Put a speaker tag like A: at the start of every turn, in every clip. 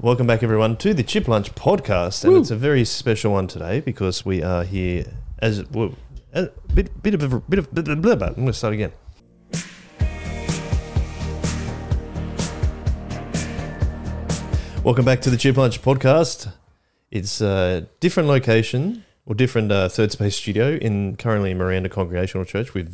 A: Welcome back, everyone, to the Chip Lunch podcast, and it's a very special one today because we are here as well, a bit, bit of a bit of blah, blah, blah, blah. I'm going to start again. Welcome back to the Chip Lunch podcast. It's a different location or different uh, third space studio in currently in Miranda Congregational Church. We've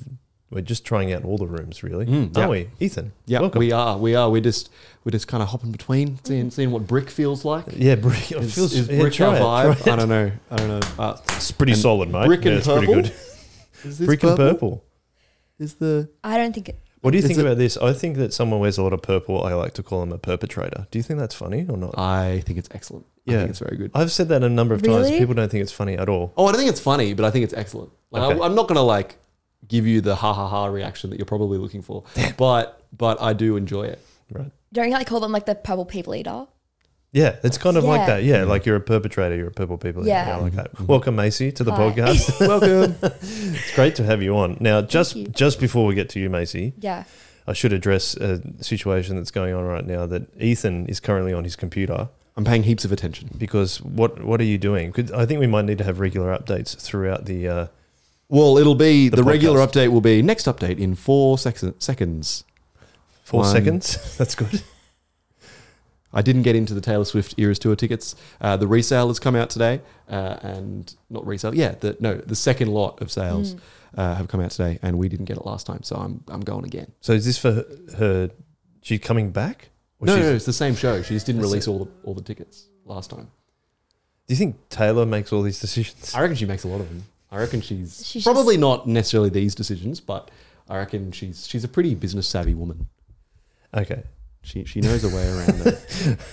A: we're just trying out all the rooms, really, aren't
B: Mm, yeah.
A: we, Ethan?
B: Yeah,
A: welcome.
B: we are. We are. We're just we're just kind of hopping between, seeing seeing what brick feels like.
A: yeah, brick. It
B: Is,
A: feels
B: is
A: yeah,
B: brick
A: try
B: our
A: it, try
B: vibe?
A: it.
B: I don't know. I don't know. Uh,
A: It's pretty solid, mate.
B: brick
A: yeah,
B: and
A: it's
B: purple.
A: pretty good.
B: is this
A: brick
B: purple?
A: and purple.
B: Is the
C: I don't think it.
A: What do you
B: Is
A: think
B: it-
A: about this? I think that someone wears a lot of purple. I like to call them a perpetrator. Do you think that's funny or not?
B: I think it's excellent. I
A: Yeah. Uh,
B: think it's very good.
A: I've said that a number of times.
C: Really?
A: People don't think it's funny at all.
B: Oh, I don't think it's funny, but I think it's excellent. Like,
A: Okay.
B: I, I'm not gonna like give you the ha ha ha reaction that you're probably looking for, but but I do enjoy it.
A: Right.
C: Don't you like call them like the purple people eater?
A: Yeah, it's kind of like
C: Yeah.
A: that. Yeah, like you're a perpetrator, you're a purple people.
C: Yeah.
A: like that.
B: Mm-hmm.
A: Welcome, Macy, to the
C: Hi.
A: podcast.
B: Welcome.
A: it's great to have you on. Now, just
C: you.
A: just before we get to you, Macy,
C: Yeah.
A: I should address a situation that's going on right now. That Ethan is currently on his computer
B: I'm paying heaps of attention.
A: because what what are you doing? 'Cause I think we might need to have regular updates throughout the. Uh,
B: Well, it'll be the,
A: podcast.
B: regular update will be next update in four sec- seconds.
A: Four
B: One.
A: seconds. That's good.
B: I didn't get into the Taylor Swift Eras Tour tickets. Uh, the resale has come out today, uh, and not resale, yeah, the, no, the second lot of sales
C: Hmm.
B: uh, have come out today, and we didn't get it last time, so I'm I'm going again.
A: So is this for her? her she coming back? Or
B: No, no,
A: she's-
B: no, it's the same show. She just didn't
A: That's
B: release
A: it.
B: all the all the tickets last time.
A: Do you think Taylor makes all these decisions?
B: I reckon she makes a lot of them. I reckon she's,
C: She's
B: probably not necessarily these decisions, but I reckon she's she's a pretty business savvy woman.
A: Okay,
B: She she knows her way around.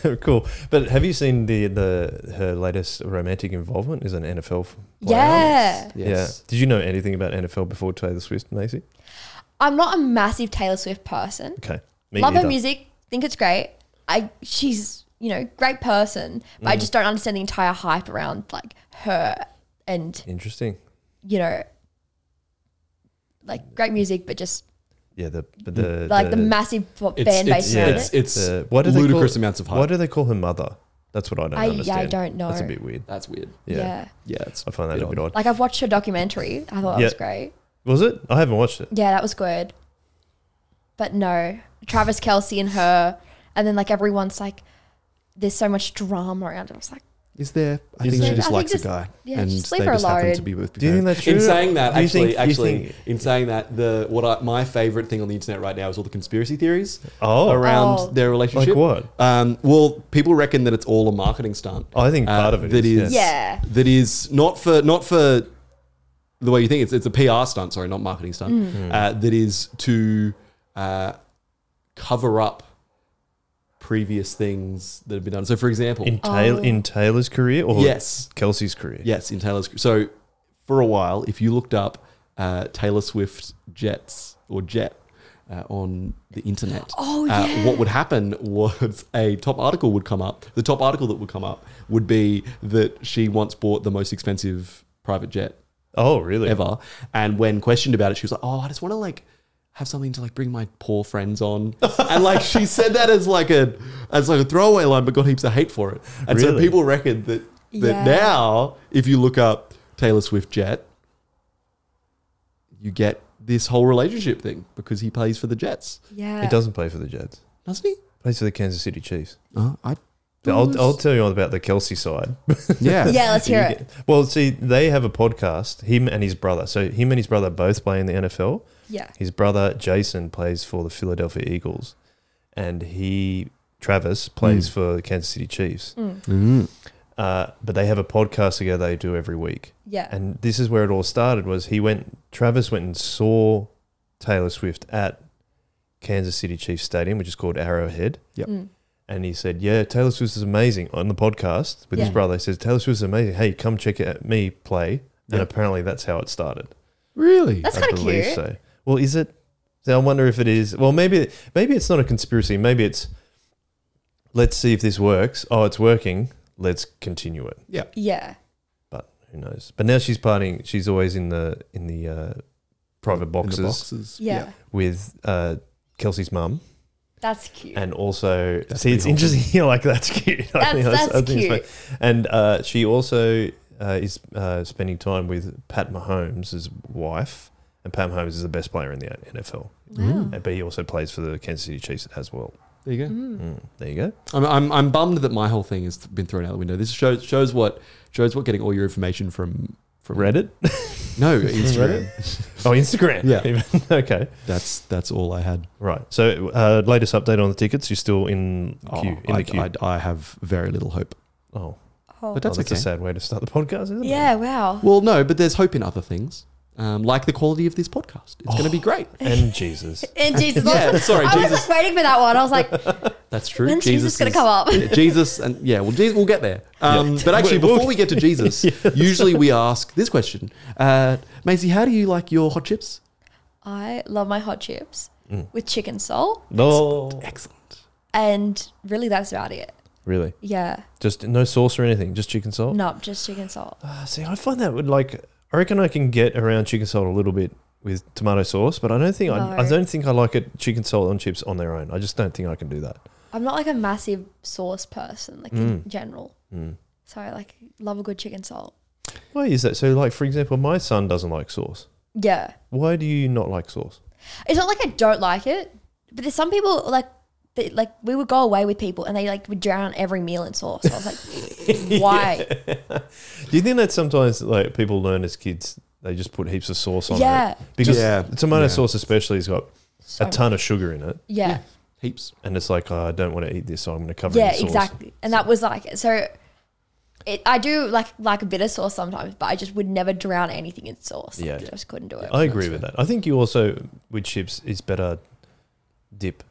B: it.
A: cool. But have you seen the the her latest romantic involvement is an NFL f- player?
C: Yeah.
B: Yes.
A: Yeah. Did you know anything about NFL before Taylor Swift, Macy?
C: I'm not a massive Taylor Swift person.
A: Okay, me
C: Love
A: neither.
C: her music. Think it's great. I she's you know great person, but I just don't understand the entire hype around like her and
A: Interesting.
C: you know like great music, but just
A: Yeah, the but the
C: like the, massive fan
B: It's, it's,
C: base around
B: it's
C: it.
B: it's
A: the- why do they
B: ludicrous
A: call-
B: amounts of hype.
A: Why do they call her mother? That's what I don't
C: I- yeah, I
A: understand.
C: don't know.
A: That's a bit weird.
B: That's weird.
A: Yeah,
C: Yeah.
B: Yeah, it's
A: I find that a bit odd.
C: Like I've watched her documentary. I thought that
A: Yeah.
C: was great.
A: Was it? I haven't watched it.
C: Yeah, that was good. But no, Travis Kelsey and her, and then like everyone's like, there's so much drama around it. I was like,
B: Is there? I
A: Is
B: think
A: there?
B: she
C: I
B: just
C: think
B: likes
C: just-
B: a guy,
C: yeah,
B: and
C: just
B: they
C: leave her
B: just happen
C: alone.
B: to be with.
A: Do you think
B: her.
A: that's true?
B: In saying that,
A: Do you
B: actually,
A: think- do you
B: actually,
A: think-
B: in saying that, the what I, my favorite thing on the internet right now is all the conspiracy theories
A: Oh,
B: around
C: Oh.
B: their relationship.
A: Like what?
B: Um, well, people reckon that it's all a marketing stunt. Uh,
A: I think part of it
B: that
A: is,
B: is
C: yeah.
B: that is not for not for the way you think. It's it's a PR stunt, sorry, not marketing stunt.
C: Mm.
B: Uh, that is to uh, cover up previous things that have been done. So, for example,
A: in Taylor
C: Oh.
A: in Taylor's career or
B: yes,
A: Kelsey's career.
B: Yes, in Taylor's. So for a while, if you looked up uh, Taylor Swift jets or jet uh, on the internet,
C: Oh,
B: uh,
C: yeah.
B: what would happen was a top article would come up. The top article that would come up would be that she once bought the most expensive private jet
A: Oh, really?
B: ever. And when questioned about it, she was like, "Oh, I just want to like." Have something to like bring my poor friends on, and like she said that as like a as like a throwaway line, but got heaps of hate for it. And so
A: Really?
B: people reckon that that
C: Yeah.
B: now, if you look up Taylor Swift Jet, you get this whole relationship thing because he plays for the Jets,
C: Yeah.
A: He doesn't play for the Jets.
B: doesn't he?
A: Plays for the Kansas City Chiefs.
B: Uh, I
A: I'll, I'll tell you all about the Kelsey side.
B: yeah
C: Yeah, let's hear it.
A: well, see, they have a podcast. Him and his brother. So him and his brother both play in the NFL.
C: Yeah.
A: His brother Jason plays for the Philadelphia Eagles, and he Travis plays
B: Hmm.
A: for the Kansas City Chiefs.
C: mm,
B: Mm.
A: Uh, but they have a podcast together. They do every week.
C: Yeah.
A: and this is where it all started was he went Travis went and saw Taylor Swift at Kansas City Chiefs Stadium, which is called Arrowhead.
B: Yep.
C: Mm.
A: And he said, "Yeah, Taylor Swift is amazing." On the podcast with his
C: Yeah.
A: brother, he says, "Taylor Swift is amazing. Hey, come check it out me play." And
B: Yeah.
A: apparently, that's how it started.
B: really.
C: That's kind of
A: believe
C: cute.
A: So, well, is it? So I wonder if it is. Well, maybe maybe it's not a conspiracy. Maybe it's let's see if this works. Oh, it's working. Let's continue it
C: Yeah.
A: but who knows? But now she's partying. She's always in the in the uh, private
B: In the
A: boxes
B: boxes.
C: Yeah.
A: with uh, Kelsey's mum,
C: That's cute.
A: and also see
B: pretty
A: it's
B: awesome.
A: interesting. You're like that's cute.
C: That's- that's
A: it's funny. and uh, she also uh, is uh, spending time with Pat Mahomes' wife, and Pat Mahomes is the best player in the NFL.
C: Wow. Mm.
A: Uh, But he also plays for the Kansas City Chiefs as well.
B: There you go.
A: Mm, there you go.
B: I'm, I'm, I'm bummed that my whole thing has been thrown out the window. This shows shows what shows what getting all your information from from
A: Reddit.
B: No, Instagram.
A: Oh, Instagram.
B: Yeah.
A: Even- okay.
B: that's that's all I had.
A: Right. So, uh, latest update on the tickets. You're still in
B: Oh,
A: queue. in the
B: I,
A: queue.
B: I, I have very little hope.
A: oh,
C: oh.
B: But
A: that's, oh,
B: that's
A: that's
B: okay.
A: a sad way to start the podcast, isn't it?
C: Yeah, wow.
B: Well, no, but there's hope in other things, um, like the quality of this podcast. It's
A: Oh.
B: going to be great.
A: And Jesus.
C: And Jesus, I
B: Yeah,
C: was-
B: sorry,
C: I was
B: Jesus.
C: like waiting for that one. I was like,
B: That's true.
C: When's Jesus gonna
B: is-
C: come up?
B: Yeah, Jesus and yeah, well, Jesus, we'll get there. Um, But actually,
A: We'll-
B: before we get to Jesus, usually we ask this question: uh, Maisie, how do you like your hot chips?
C: I love my hot chips with chicken salt,
A: No.
B: Excellent.
C: and really, that's about it.
A: Really?
C: Yeah,
A: Just no sauce or anything. Just chicken salt.
C: no, just chicken salt.
A: Uh, see, I find that would like. I reckon I can get around chicken salt a little bit with tomato sauce, but I don't think I, I
C: No.
A: don't think I like it chicken salt on chips on their own. I just don't think I can do that.
C: I'm not like a massive sauce person, like in general. So I like love a good chicken salt.
A: Hmm. Why is that? So, like for example, my son doesn't like sauce.
C: Yeah,
A: Why do you not like sauce?
C: it's not like I don't like it, but there's some people like. They, like we would go away with people and they like would drown every meal in sauce. I was like, why?
A: Do you think that sometimes like people learn as kids they just put heaps of sauce on
C: Yeah.
A: it because
B: Yeah.
A: tomato
B: Yeah.
A: sauce especially has got
C: So-
A: a ton of sugar in it,
C: yeah. yeah.
B: Heaps.
A: and it's like oh, I don't want to eat this, so I'm going to cover it
C: Yeah,
A: in sauce.
C: exactly. And that was like so. It, I do like like a bit of sauce sometimes, but I just would never drown anything in sauce. Like,
A: Yeah.
C: I just couldn't do it.
A: I agree with that. I think you also with chips is better dip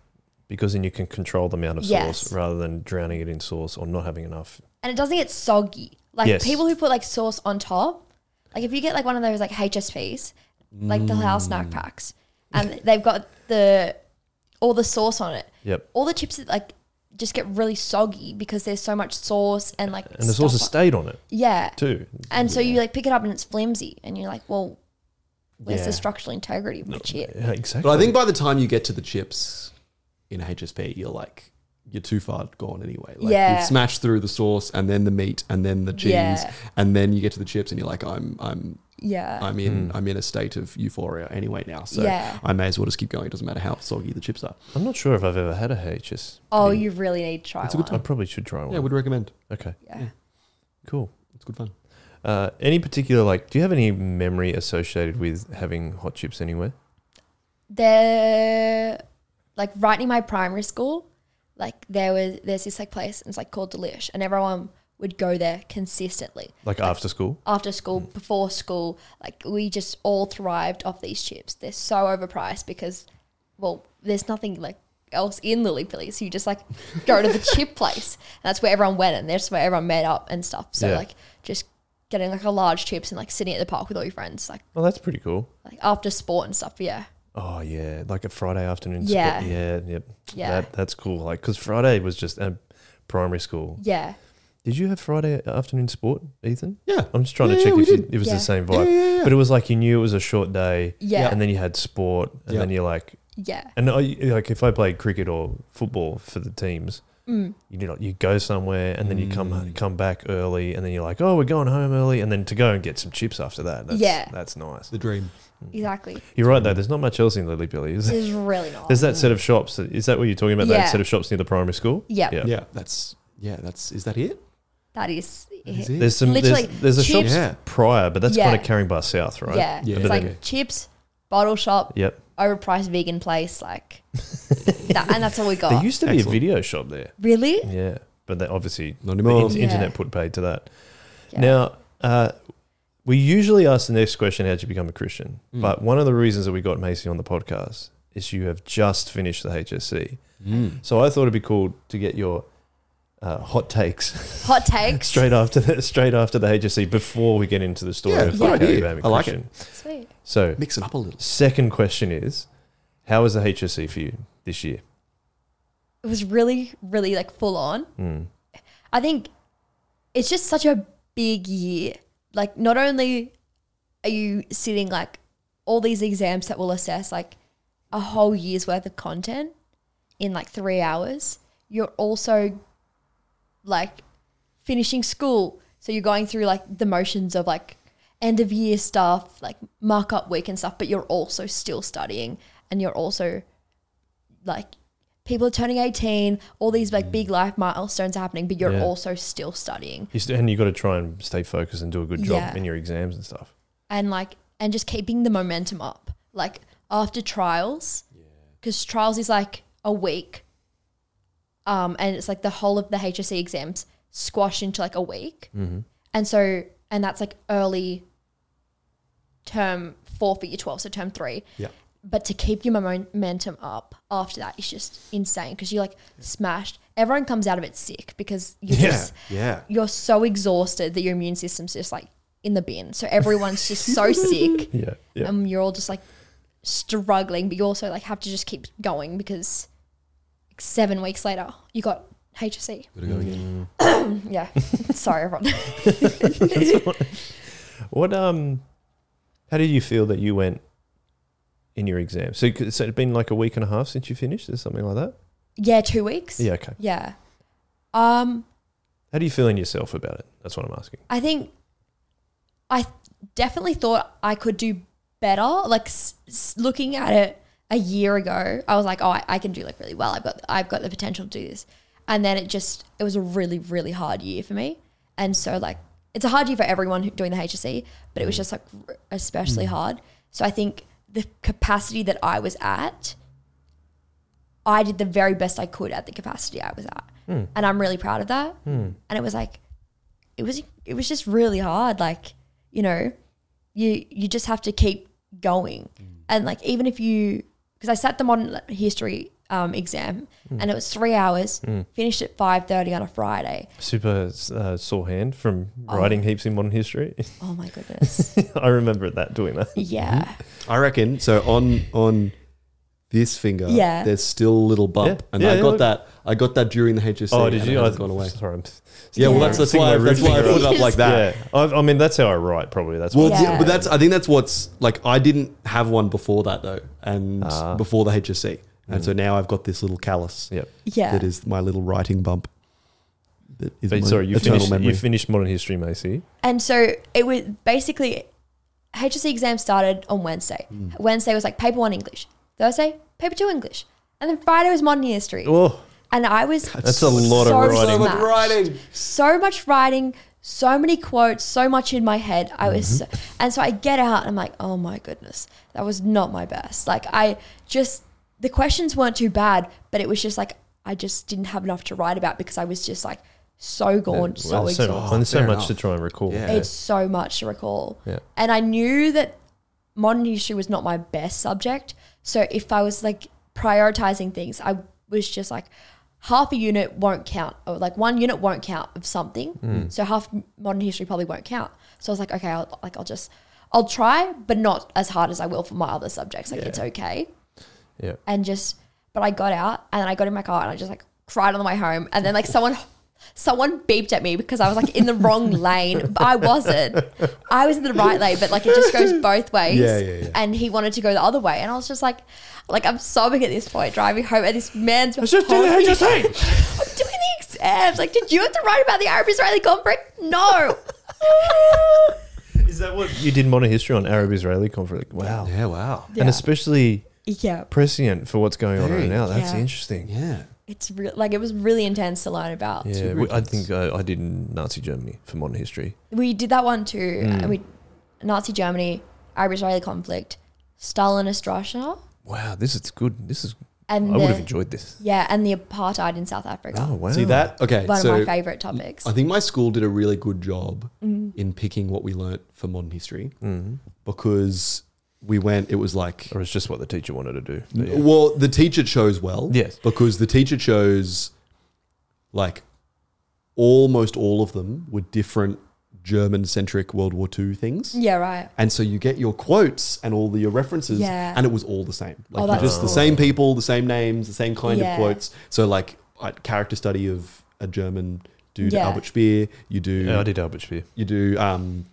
A: because then you can control the amount of
C: Yes.
A: sauce rather than drowning it in sauce or not having enough.
C: And it doesn't get soggy. Like
A: Yes.
C: people who put like sauce on top, like if you get like one of those like HSPs, like the Halal snack packs, and they've got the all the sauce on it.
A: Yep.
C: All the chips like just get really soggy because there's so much sauce and like
A: And the sauce has
C: stuff on-
A: stayed on it
C: Yeah,
A: too.
C: and so you like pick it up and it's flimsy, and you're like, well, where's
A: Yeah.
C: the structural integrity of my chip?
A: Yeah, exactly.
B: But I think by the time you get to the chips in a HSP, you're like you're too far gone anyway. Like
C: Yeah.
B: you've smashed through the sauce and then the meat and then the cheese
C: Yeah.
B: and then you get to the chips and you're like I'm I'm
C: Yeah.
B: I'm in
A: Mm.
B: I'm in a state of euphoria anyway now. So
C: Yeah.
B: I may as well just keep going. It doesn't matter how soggy the chips are.
A: I'm not sure if I've ever had a HS.
C: oh, you really need to try
B: It's a
C: one.
B: good
A: I probably should try one.
B: Yeah, would recommend.
A: okay,
C: Yeah.
A: cool.
B: It's good fun.
A: Uh, any particular like? Do you have any memory associated with having hot chips anywhere?
C: There, like right near my primary school, like there was there's this like place and it's like called Delish, and everyone would go there consistently
A: Like after school?
C: after school,
A: Hmm.
C: before school. Like we just all thrived off these chips. They're so overpriced because, well, there's nothing like else in Lily Philly, so you just like go to the chip place, and that's where everyone went, and that's where everyone met up and stuff. So
A: Yeah.
C: like just getting like a large chips and like sitting at the park with all your friends, like.
A: Well, that's pretty cool.
C: like after sport and stuff. Yeah,
A: Oh yeah, like a Friday afternoon.
C: Yeah.
A: sport. yeah, yep.
C: Yeah.
A: that, that's cool. Like because Friday was just uh, primary school.
C: yeah.
A: Did you have Friday afternoon sport, Ethan?
B: Yeah.
A: I'm just trying
B: Yeah,
A: to
B: yeah,
A: check
B: we
A: if you,
B: did.
A: it was
C: Yeah.
A: the same vibe.
B: Yeah, yeah, yeah.
A: But it was like you knew it was a short day.
C: Yeah.
A: And then you had sport, and
B: Yeah.
A: then you're like,
C: Yeah,
A: and I, like if I played cricket or football for the teams,
C: Mm,
A: you do not you go somewhere and then you
B: Mm.
A: come come back early, and then you're like, oh, we're going home early, and then to go and get some chips after that. That's,
C: Yeah.
A: that's nice.
B: The dream.
A: Mm.
C: exactly.
A: You're right though. There's not much else in Lily Billy, is there?
C: It's really not.
A: There's that set of shops. Is that what you're talking about?
C: Oh. Yeah.
A: That set of shops near the primary school.
C: Yeah.
B: Yeah. That's yeah, that's is that it?
C: that is.
B: Is
C: it.
B: it?
A: There's some. There's,
C: Literally,
A: there's a shop
C: chips-
B: Yeah.
A: prior, but that's
C: Yeah.
A: kind of carrying by south, right?
C: Yeah,
B: Yeah.
C: it's like
B: Okay.
C: chips, bottle shop,
A: Yep.
C: overpriced vegan place, like, that, and that's all we
A: There
C: got.
A: used to be a
B: Excellent.
A: video shop there.
C: really?
A: Yeah, but that obviously
B: Not
A: the
B: anymore.
A: in-
C: Yeah.
A: internet put paid to that.
C: Yeah.
A: Now, uh, we usually ask the next question, how'd you become a Christian?
B: Hmm.
A: But one of the reasons that we got Macy on the podcast is you have just finished the HSC.
B: Mm.
A: So I thought it'd be cool to get your uh, hot takes
C: Hot takes.
A: straight after the, straight after the HSC before we get into the story
B: Yeah,
A: of
B: good
A: like how you
B: idea.
A: became a
B: I like it.
A: Christian.
C: Sweet.
A: So
B: Mix it up a little.
A: second question is, how was the HSC for you this year?
C: It was really, really like full on.
A: Mm.
C: I think it's just such a big year. Like, not only are you sitting like all these exams that will assess like a whole year's worth of content, in like three hours, you're also like finishing school. So you're going through like the motions of like end of year stuff, like markup week and stuff, but you're also still studying and you're also like people are turning 18, all these like big life milestones are happening, but you're
A: Yeah.
C: also still studying.
A: You st- and you got to try and stay focused and do a good job
C: Yeah.
A: in your exams and stuff.
C: and like and just keeping the momentum up like after trials because trials is like a week um and it's like the whole of the hsc exams squashed into like a week and so and that's like early term four for year 12 so term three
B: Yeah.
C: but to keep your momen- momentum up after that is just insane because you're like smashed everyone comes out of it sick because you
A: Yeah.
C: just
B: Yeah.
C: you're so exhausted that your immune system's just like in the bin. So everyone's just so sick
A: Yeah, yeah,
C: and you're all just like struggling, but you also like have to just keep going because like, seven weeks later you got HSC.
B: Gotta
A: Mm.
B: go again.
C: Yeah. Sorry, everyone.
A: What um, how did you feel that you went in your exam? So, you could- so it'd been like a week and a half since you finished, or something like that.
C: yeah, two weeks.
A: Yeah, okay.
C: Yeah. Um,
A: How do you feel in yourself about it? That's what I'm asking.
C: I think I definitely thought I could do better. Like s- s- looking at it a year ago, I was like, oh, I, I can do like really well. I've got I've got the potential to do this. And then it just it was a really really hard year for me. And so like it's a hard year for everyone who, doing the HSC, but it was just like r- especially hard. So I think the capacity that I was at, I did the very best I could at the capacity I was at, and I'm really proud of that. And it was like it was it was just really hard like you know you you just have to keep going
A: Mm.
C: and like even if you because i sat the modern history um, exam
A: Mm.
C: and it was three hours finished at 5.30 on a friday
A: Super uh, sore hand from writing heaps in modern history.
C: oh my goodness
A: I remember that doing that.
C: yeah
B: I reckon. So on on this finger,
C: Yeah.
B: there's still a little bump,
A: Yeah.
B: and
A: Yeah,
B: I
A: yeah,
B: got
A: look.
B: that. I got that during the HSC.
A: Oh, did
B: and
A: you?
B: It
A: I
B: has gone away.
A: Sorry, I'm
B: Yeah, well, that's that's
A: Sticking
B: why
A: my
B: that's
A: root
B: why I
A: finger
B: put it up like that.
A: yeah. I, I mean, that's how I write. Probably that's
B: Well,
A: why.
B: yeah,
C: Yeah.
B: but that's I think that's what's like. I didn't have one before that though, and
A: Ah. Mm.
B: before the HSC, and so now I've got this little callus
A: Yep.
C: yeah
B: that is my little writing bump. That is
A: But
B: my
A: sorry, you
B: eternal
A: finished.
B: memory.
A: You finished modern history, Macy.
C: And so it was basically HSC exam started on Wednesday.
A: Mm.
C: Wednesday was like paper one English. Thursday, paper two English. And then Friday was modern history.
A: Oh,
C: And I was
A: That's a lot of writing. So
B: much
C: smashed.
B: writing.
C: So much writing, so many quotes, so much in my head. I was so, and so I get out and I'm like, "Oh my goodness. That was not my best." Like I just the questions weren't too bad, but it was just like I just didn't have enough to write about because I was just like so gone, Oh, so
A: Well, there's so,
C: exhausted.
A: and there's so
B: Fair
A: much
B: enough.
A: to try and recall.
B: Yeah.
C: It's so much to recall.
A: Yeah.
C: And I knew that modern history was not my best subject. So if I was like prioritizing things, I was just like, half a unit won't count, or like one unit won't count of something. So half modern history probably won't count. So I was like, okay, I'll, like I'll just, I'll try, but not as hard as I will for my other subjects. Like it's okay
A: yeah.
C: and just but I got out and then I got in my car and I just like cried on the way home and then like someone someone beeped at me because I was like in the wrong lane but I wasn't I was in the right lane but like it just goes both ways
B: Yeah, yeah, yeah.
C: and he wanted to go the other way and I was just like like I'm sobbing at this point driving home and this man's I
A: just did the HSC.
C: I'm doing the exams like did you have to write about the Arab Israeli conflict no
A: Is that what you did? Modern history on Arab-Israeli conflict. Wow.
B: Yeah, wow.
A: And especially
C: yeah
A: prescient for what's going on right
B: Very.
A: now. That's
C: Yeah.
A: interesting.
B: Yeah.
C: it's real like it was really intense to learn about
A: Yeah, we, I think I, I did in Nazi Germany for modern history.
C: We did that one too. And we Nazi Germany, Arab Israeli conflict, Stalinist Russia,
A: Wow, this is good. This is.
C: and
A: I
C: the,
A: would have enjoyed this.
C: yeah, and the apartheid in South Africa.
A: Oh wow!
B: See that? Okay.
C: One
B: so
C: of my favorite topics.
B: I think my school did a really good job in picking what we learnt for modern history because we went. It was like
A: Or it's just what the teacher wanted to do. But yeah.
B: Well, the teacher chose well.
A: Yes.
B: Because the teacher chose like almost all of them were different German centric World War II things.
C: yeah, right.
B: And so you get your quotes and all the, your references,
C: Yeah.
B: and it was all the same. Like you're
C: Oh, that's
B: just the
C: cool.
B: same people, the same names, the same kind
C: Yeah.
B: of quotes. So like a character study of a German dude,
C: Yeah.
B: Albert Speer. You do
A: Yeah, I did Albert Speer.
B: you do
C: Mm.
B: um,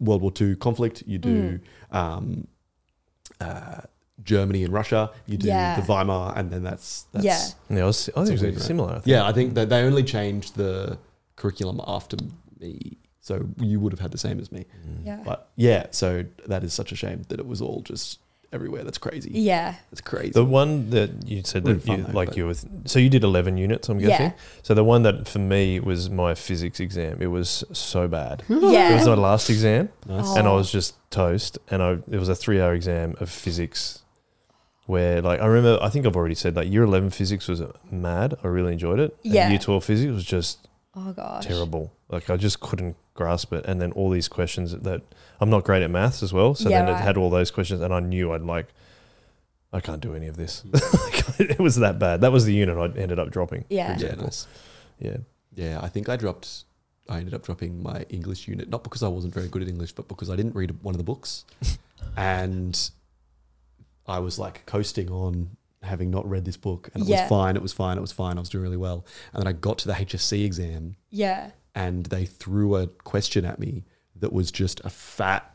B: World War II conflict, you do um, uh, Germany and Russia. You do
C: Yeah.
B: the Weimar, and then that's, that's
C: Yeah.
A: Yeah, I, was, I think
B: Something
A: it's
B: like
A: similar. I think.
B: yeah. I think that they only changed the curriculum after me, so you would have had the same as me.
C: Yeah.
B: But yeah, so that is such a shame that it was all just everywhere. That's crazy.
C: yeah.
B: That's crazy.
A: The one that you said
B: Really
A: that you,
B: fun though,
A: like
B: but-
A: you were, so you did 11 units, I'm
C: Yeah.
A: guessing. So the one that for me was my physics exam. It was so bad. It was
C: Yeah.
A: my last exam
B: nice.
C: Oh.
A: and I was just toast. And I, it was a three hour exam of physics where like, I remember, I think I've already said like year 11 physics was mad. I really enjoyed it. And
C: Yeah.
A: year 12 physics was just
C: Oh gosh.
A: terrible. Like I just couldn't grasp it. And then all these questions that, that- I'm not great at maths as well. So
C: Yeah,
A: then
C: right.
A: it had all those questions, and I knew I'd like, I can't do any of this. Like, it was that bad. That was the unit I ended up dropping.
C: Yeah.
B: Yeah,
A: example.
B: nice.
A: Yeah.
B: Yeah, I think I dropped. I ended up dropping my English unit not because I wasn't very good at English, but because I didn't read one of the books, and I was like coasting on having not read this book, and it
C: Yeah.
B: was fine. It was fine. It was fine. I was doing really well, and then I got to the HSC exam,
C: Yeah.
B: and they threw a question at me that was just a fat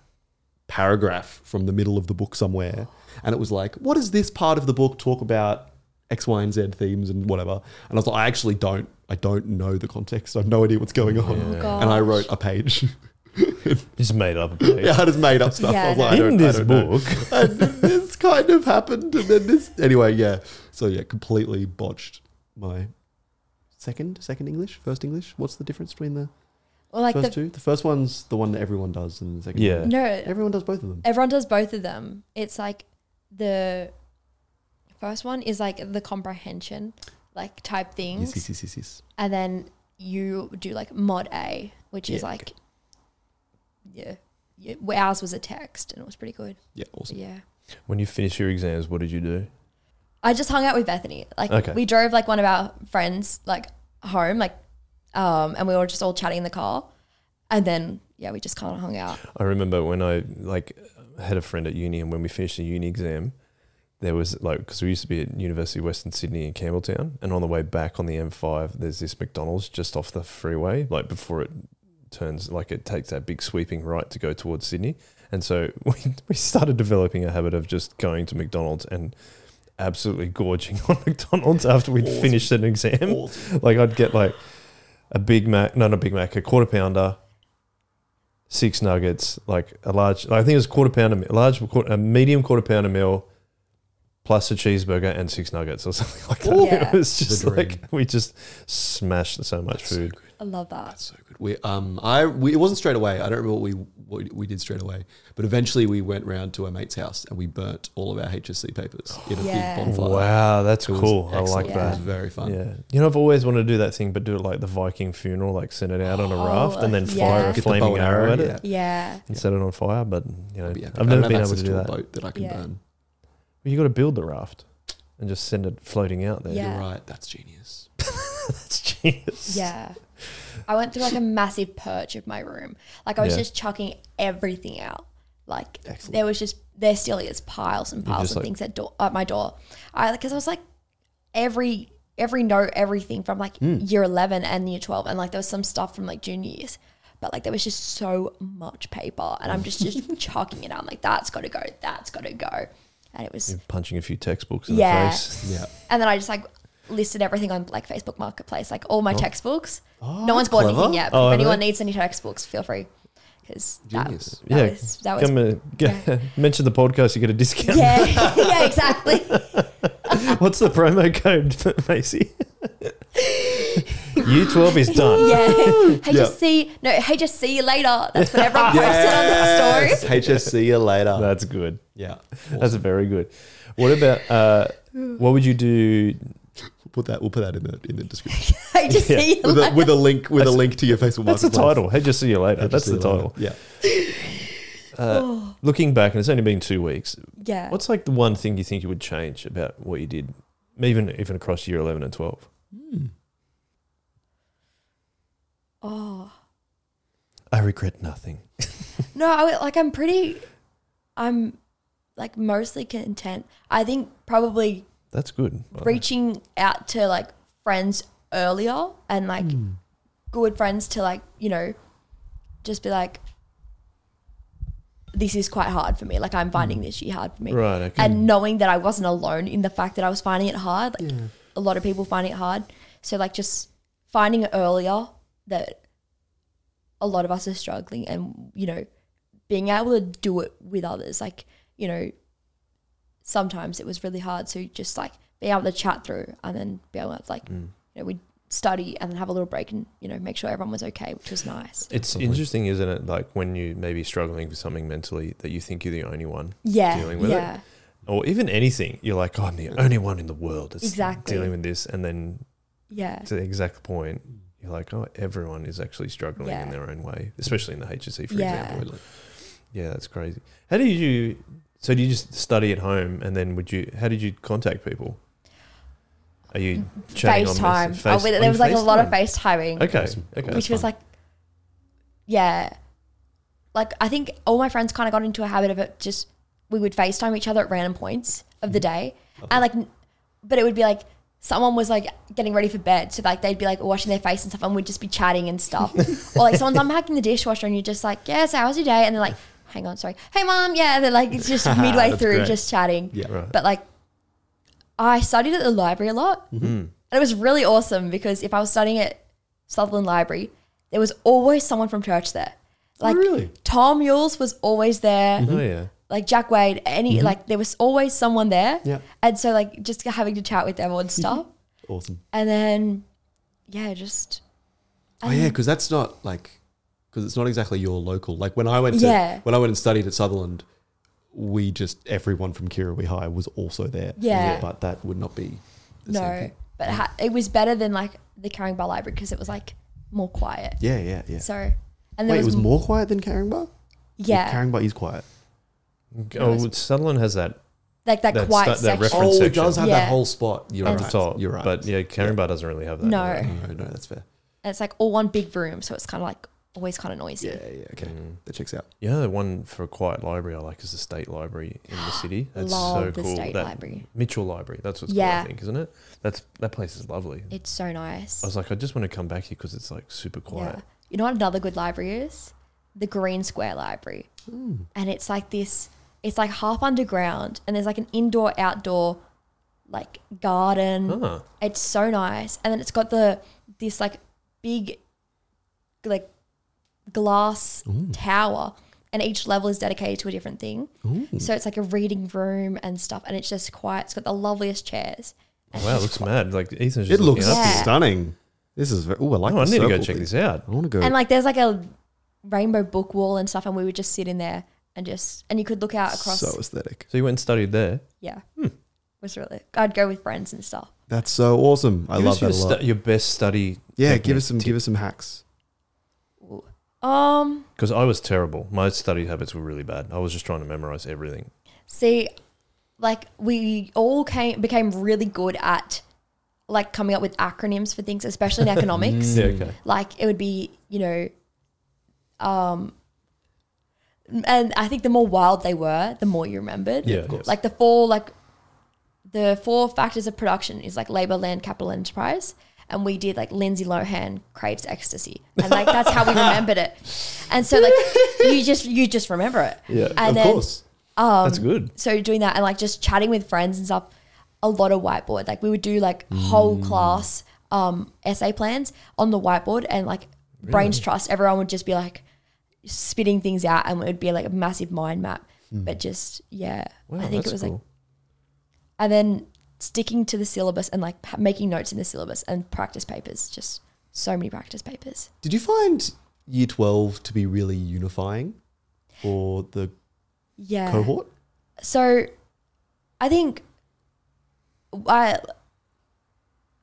B: paragraph from the middle of the book somewhere. And it was like, what does this part of the book talk about X, Y, and Z themes and whatever? And I was like, I actually don't, I don't know the context. I have no idea what's going
C: Oh,
B: on.
C: Yeah.
B: And I wrote oh, a page.
A: Just made up a page.
B: yeah, I just made up stuff.
C: Yeah,
B: I was
C: no.
B: like, I
A: In
B: don't, I
A: this
B: don't know.
A: book,
B: And this kind of happened. And then this, anyway, yeah. So yeah, completely botched my second, second English, first English. What's the difference between the
C: Well, like
B: first
C: the
B: two? The first one's the one that everyone does, and the second
A: Yeah.
B: one.
C: no,
B: everyone does both of them.
C: everyone does both of them. It's like the first one is like the comprehension, like type things,
B: Yes, yes, yes, yes, yes.
C: and then you do like mod A, which is
B: Yeah,
C: like yeah, yeah. well, Ours was a text, and it was pretty good.
B: Yeah,
C: So,
B: awesome.
C: yeah.
A: when you finish your exams, what did you do?
C: I just hung out with Bethany. Like
A: Okay.
C: we drove like one of our friends like home, like um, and we were just all chatting in the car, and then yeah, we just kind of hung out.
A: I remember when I like had a friend at uni, and when we finished the uni exam, there was like because we used to be at University of Western Sydney in Campbelltown, and on the way back on the M5, there's this McDonald's just off the freeway, like before it turns, like it takes that big sweeping right to go towards Sydney, and so we we started developing a habit of just going to McDonald's and. Absolutely gorging on McDonald's after we'd
B: Awesome.
A: finished an exam. Like I'd get like a Big Mac, no, not a Big Mac, a quarter pounder, six nuggets, like a large. I think it was a quarter pounder, a large, a medium quarter pounder meal, plus a cheeseburger and six nuggets or something like that.
C: Yeah.
A: It was just
B: The dream.
A: like we just smashed so much food.
C: I love that.
B: That's so good. We um I we, it wasn't straight away. I don't remember what we what we did straight away, but eventually we went round to our mate's house and we burnt all of our HSC papers in a
C: Yeah.
B: big bonfire.
A: Wow, that's
B: It was
A: cool. I like
B: excellent. It was
A: that.
B: very fun.
A: Yeah, you know, I've always wanted to do that thing, but do it like the Viking funeral, like send it out on a
C: Oh,
A: raft and then
C: yeah.
A: fire a
C: Get the
B: bow
A: flaming
B: and
A: arrow
B: arrow,
A: at it
B: yeah.
C: Yeah,
A: and set it on fire. But you know,
B: That'd be epic.
A: I've
B: I
A: never
B: don't have
A: been able
B: access
A: to do
B: a
A: that.
B: boat that I can
C: Yeah.
B: burn.
A: You got to build the raft and just send it floating out there.
C: Yeah.
B: You're right. That's genius.
A: That's genius.
C: yeah. I went through like a massive purge of my room. Like I was
A: Yeah.
C: just chucking everything out. Like
B: Excellent.
C: there was just there still is piles and piles
A: just,
C: of
A: like-
C: things at door at my door. I because I was like every every note everything from like
A: Hmm.
C: year eleven and year twelve and like there was some stuff from like junior years. But like there was just so much paper and I'm just just chucking it out. I'm like that's got to go. That's got to go. And it was
A: Punching a few textbooks in
C: Yeah.
A: the face.
B: Yeah.
C: and then I just like listed everything on like Facebook Marketplace, like all my textbooks. no one's
B: that's
C: bought
B: clever.
C: anything yet. But
A: Oh,
C: if
A: have
C: anyone
A: they?
C: needs any textbooks, feel free. Because that,
B: Genius.
C: that
A: Yeah,
C: was that was
A: Come uh, g- mention the podcast, you get a discount.
C: yeah yeah exactly.
A: What's the promo code, Macy? U12 is done.
C: Yeah, HSC no HSC you later. That's what everyone posted on the story.
B: HSC you later.
A: That's good.
B: yeah.
A: That's very good. What about uh, what would you do?
B: We'll put that we'll put that in the in the description.
C: HSC
A: Yeah.
C: you
B: with
C: later.
B: a, with a link with a link to your Facebook.
A: That's the
B: Marketplace.
A: title. Hey, just see you later.
B: Just
A: That's
B: see
A: the
B: you later.
A: title.
B: Yeah.
A: Looking back, and it's only been two weeks.
C: yeah.
A: What's like the one thing you think you would change about what you did, even even across year eleven and twelve?
C: oh
A: I regret nothing.
C: no, I, would- like I'm pretty. I'm like mostly content. I think probably
A: That's good. by the way.
C: reaching out to like friends earlier and like good friends to like you know just be like this is quite hard for me. Like I'm finding this year hard for me.
A: Right, okay.
C: And knowing that I wasn't alone in the fact that I was finding it hard. Like a lot of people find it hard. So like just finding it earlier that a lot of us are struggling and you know, being able to do it with others. Like, you know, sometimes it was really hard. So just like being able to chat through and then be able to like
A: Mm.
C: you know, we'd study and then have a little break and, you know, make sure everyone was okay, which was nice.
A: It's interesting, isn't it? Like when you may be struggling with something mentally that you think you're the only one,
C: Yeah.
A: Dealing with it.
C: yeah.
A: or even anything. You're like, oh, I'm the only one in the world that's
C: Exactly.
A: dealing with this. And then
C: Yeah.
A: to the exact point, you're like, oh, everyone is actually struggling in
C: Yeah.
A: their own way, especially in the HSC, for
C: Yeah.
A: example. Yeah, that's crazy. How did you? So do you just study at home, and then would you? How did you contact people? Are you chatting on
C: FaceTime.
A: message-
C: Oh,
A: Face-
C: wait,
A: on
C: there was like a lot of
A: FaceTime?
C: FaceTiming,
A: Okay,
B: Awesome.
A: okay,
C: which
A: that's
C: was
A: fun.
C: like, yeah, like I think all my friends kind of got into a habit of it. Just we would FaceTime each other at random points of
B: Hmm.
C: the day, and like, n- but it would be like someone was like getting ready for bed, so like they'd be like washing their face and stuff, and we'd just be chatting and stuff, or like someone's unpacking the dishwasher, and you're just like, yeah, so how was your day? And they're like, hang on, sorry, hey mom, yeah, and they're like it's just midway
B: That's
C: through,
B: great.
C: just chatting,
B: Yeah.
A: Right.
C: but like I studied at the library a lot. And it was really awesome because if I was studying at Sutherland Library, there was always someone from church there. Like
B: Oh, really? Mm-hmm.
C: Tom Yules was always there.
A: oh yeah,
C: Like Jack Wade, any like there was always someone there.
B: Yeah. Mm-hmm.
C: And so like just having to chat with everyone and stuff.
B: Awesome.
C: and then yeah, just Um,
B: Oh yeah, because that's not like because it's not exactly your local. Like when I went to
C: Yeah.
B: when I went and studied at Sutherland, we just everyone from Kirawee High was also there.
C: Yeah. Yeah.
B: but that would not be the
C: no.
B: Same thing.
C: But it ha- it was better than like the Caring Bar Library because it was like more quiet.
B: Yeah, yeah, yeah.
C: So and there
B: Wait,
C: was,
B: it was
C: m-
B: more quiet than Caringbar.
C: yeah,
B: Caringbar is quiet.
A: oh, Sutherland has that
C: like that
A: That's
C: quiet
A: that- that
C: section.
A: reference- Different section.
C: Yeah.
B: spot. You're
A: at the top.
B: You're right.
A: but yeah, Karen Bar doesn't really have that.
C: No.
A: right?
B: Oh, no, no, that's fair.
C: And it's like all one big room, so it's kind of like always kind of noisy.
B: Yeah, yeah, okay,
A: Mm.
B: that checks out.
A: You know, the one for a quiet library I like is the State Library in the city. That's
C: Love
A: so
C: the
A: cool.
C: State
A: That-
C: Library.
A: Mitchell Library. That's what's called,
C: Yeah.
A: I think, isn't it? That's that place is lovely.
C: It's so nice.
A: I was like, I just want to come back here because it's like super quiet.
C: Yeah. You know what another good library is? The Green Square Library. And it's like this, it's like half underground, and there's like an indoor, outdoor, like garden.
A: Ah.
C: It's so nice. And then it's got the, this like big, like glass tower. And each level is dedicated to a different thing. So it's like a reading room and stuff. And it's just quiet. It's got the loveliest chairs. And
A: Wow, it
C: it's
A: looks mad. Like Ethan's
B: It
A: just
B: looks
A: looking up.
C: Yeah.
B: stunning. This is. Oh, I like.
A: Oh, I
B: the
A: need to go
B: circle
A: check
B: thing.
A: this out.
B: I want to go.
C: and like there's like a rainbow book wall and stuff and we would just sit in there and just and you could look out across
B: so aesthetic.
A: So you went and studied there.
C: yeah It was really i'd go with friends and stuff
B: That's so awesome. I
A: Give
B: love
A: us
B: that a
A: your,
B: lot.
A: stu- your best study.
B: yeah, give us some. Give us some hacks.
C: um
A: Because I was terrible. My study habits were really bad. I was just trying to memorize everything.
C: see like we all came became really good at like coming up with acronyms for things especially in economics
A: Yeah, okay.
C: like it would be you know um and i think the more wild they were the more you remembered
A: Yeah, of course.
C: like the four like the four factors of production is like labor land capital enterprise and we did like lindsay lohan craves ecstasy and like that's how we remembered it and so like you just you just remember it and
B: of
C: then
B: course.
C: Um,
A: That's good.
C: so doing that and like just chatting with friends and stuff a lot of whiteboard like we would do like whole
A: Mm.
C: class um essay plans on the whiteboard and like brains trust everyone would just be like spitting things out and it would be like a massive mind map but just yeah
A: Hmm. Wow,
C: i think it
A: that's
C: was like
A: cool.
C: and then sticking to the syllabus and like ha- making notes in the syllabus and practice papers just so many practice papers
B: Did you find Year Twelve to be really unifying for the
C: yeah
B: cohort?
C: so I think I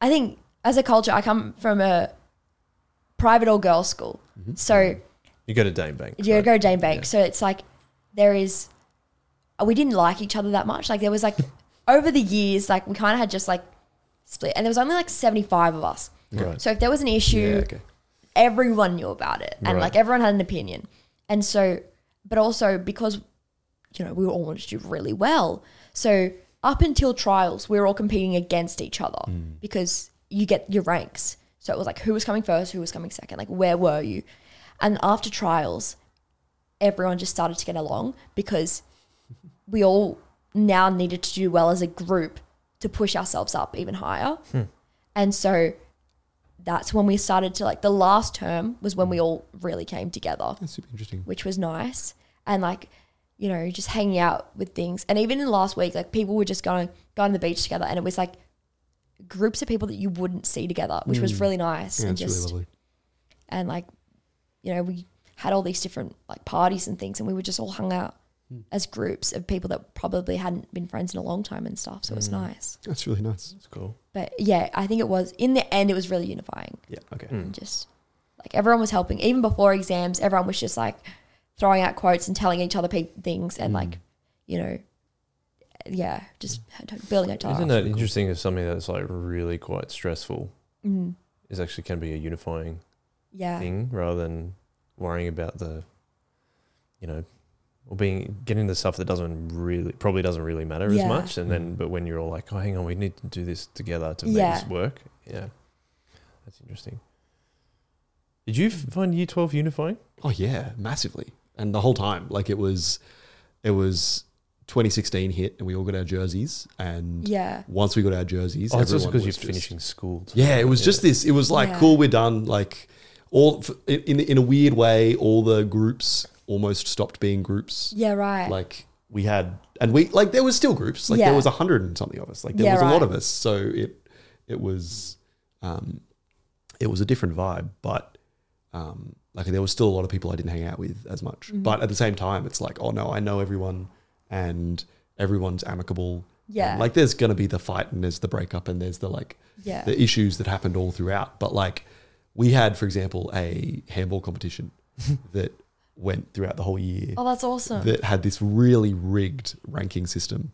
C: I think as a culture I come from a private all girls school.
B: Mm-hmm.
C: So
A: you go to Dame Bank.
C: you
A: right?
C: go Dame Bank. So it's like there is we didn't like each other that much. Like there was like over the years like we kind of had just like split and there was only like 75 of us.
A: Right.
C: So if there was an issue
B: Yeah. Okay.
C: everyone knew about it and
A: Right.
C: like everyone had an opinion and so but also because you know we all wanted to do really well so up until trials we were all competing against each other because you get your ranks so it was like who was coming first who was coming second like where were you and after trials everyone just started to get along because we all now needed to do well as a group to push ourselves up even higher. And so that's when we started to like the last term was when we all really came together
B: That's super interesting.
C: which was nice. And like, you know, just hanging out with things. And even in last week, like people were just going going to the beach together and it was like groups of people that you wouldn't see together, which was really nice.
B: Mm. Yeah,
C: and
B: it's really
C: just
B: lovely.
C: and like, you know, we had all these different like parties and things and we were just all hung out
B: Mm.
C: as groups of people that probably hadn't been friends in a long time and stuff. So it was
B: Mm.
C: nice.
B: That's really nice.
A: That's cool.
C: But yeah, I think it was in the end it was really unifying
B: Yeah. Okay.
C: and just like everyone was helping even before exams everyone was just like throwing out quotes and telling each other pe- things
B: Mm.
C: and like you know yeah just h- building each other
A: Isn't
C: up.
A: that interesting? If something that's like really quite stressful is actually can be a unifying
C: Mm. yeah
A: thing rather than worrying about the, you know, or being getting the stuff that doesn't really probably doesn't really matter
C: Yeah. Mm.
A: as much. And then, but when you're all like, oh, hang on, we need to do this together to make
C: Yeah.
A: this work. Yeah, that's interesting. Did you find Year Twelve unifying?
B: Oh yeah, massively. And the whole time, like it was, it was 2016 hit, and we all got our jerseys. And
C: yeah
B: once we got our jerseys,
A: Oh, it's also
B: everyone
A: because
B: was
A: you're
B: just-
A: finishing school. too.
B: Yeah, it was just this. It was like
C: Yeah.
B: cool. We're done. Like all f- in in a weird way, all the groups almost stopped being groups.
C: yeah right
B: Like we had, and we like there was still groups. Like
C: Yeah.
B: there was a hundred and something of us. Like there
C: Yeah,
B: was a lot
C: right.
B: of us. So it it was um, it was a different vibe, but um, like there was still a lot of people I didn't hang out with as much.
C: Mm-hmm.
B: But at the same time, it's like, oh no, I know everyone, and everyone's amicable.
C: Yeah.
B: And, like there's gonna be the fight, and there's the breakup, and there's the like
C: Yeah.
B: the issues that happened all throughout. But like we had, for example, a handball competition that went throughout the whole year
C: oh that's awesome
B: that had this really rigged ranking system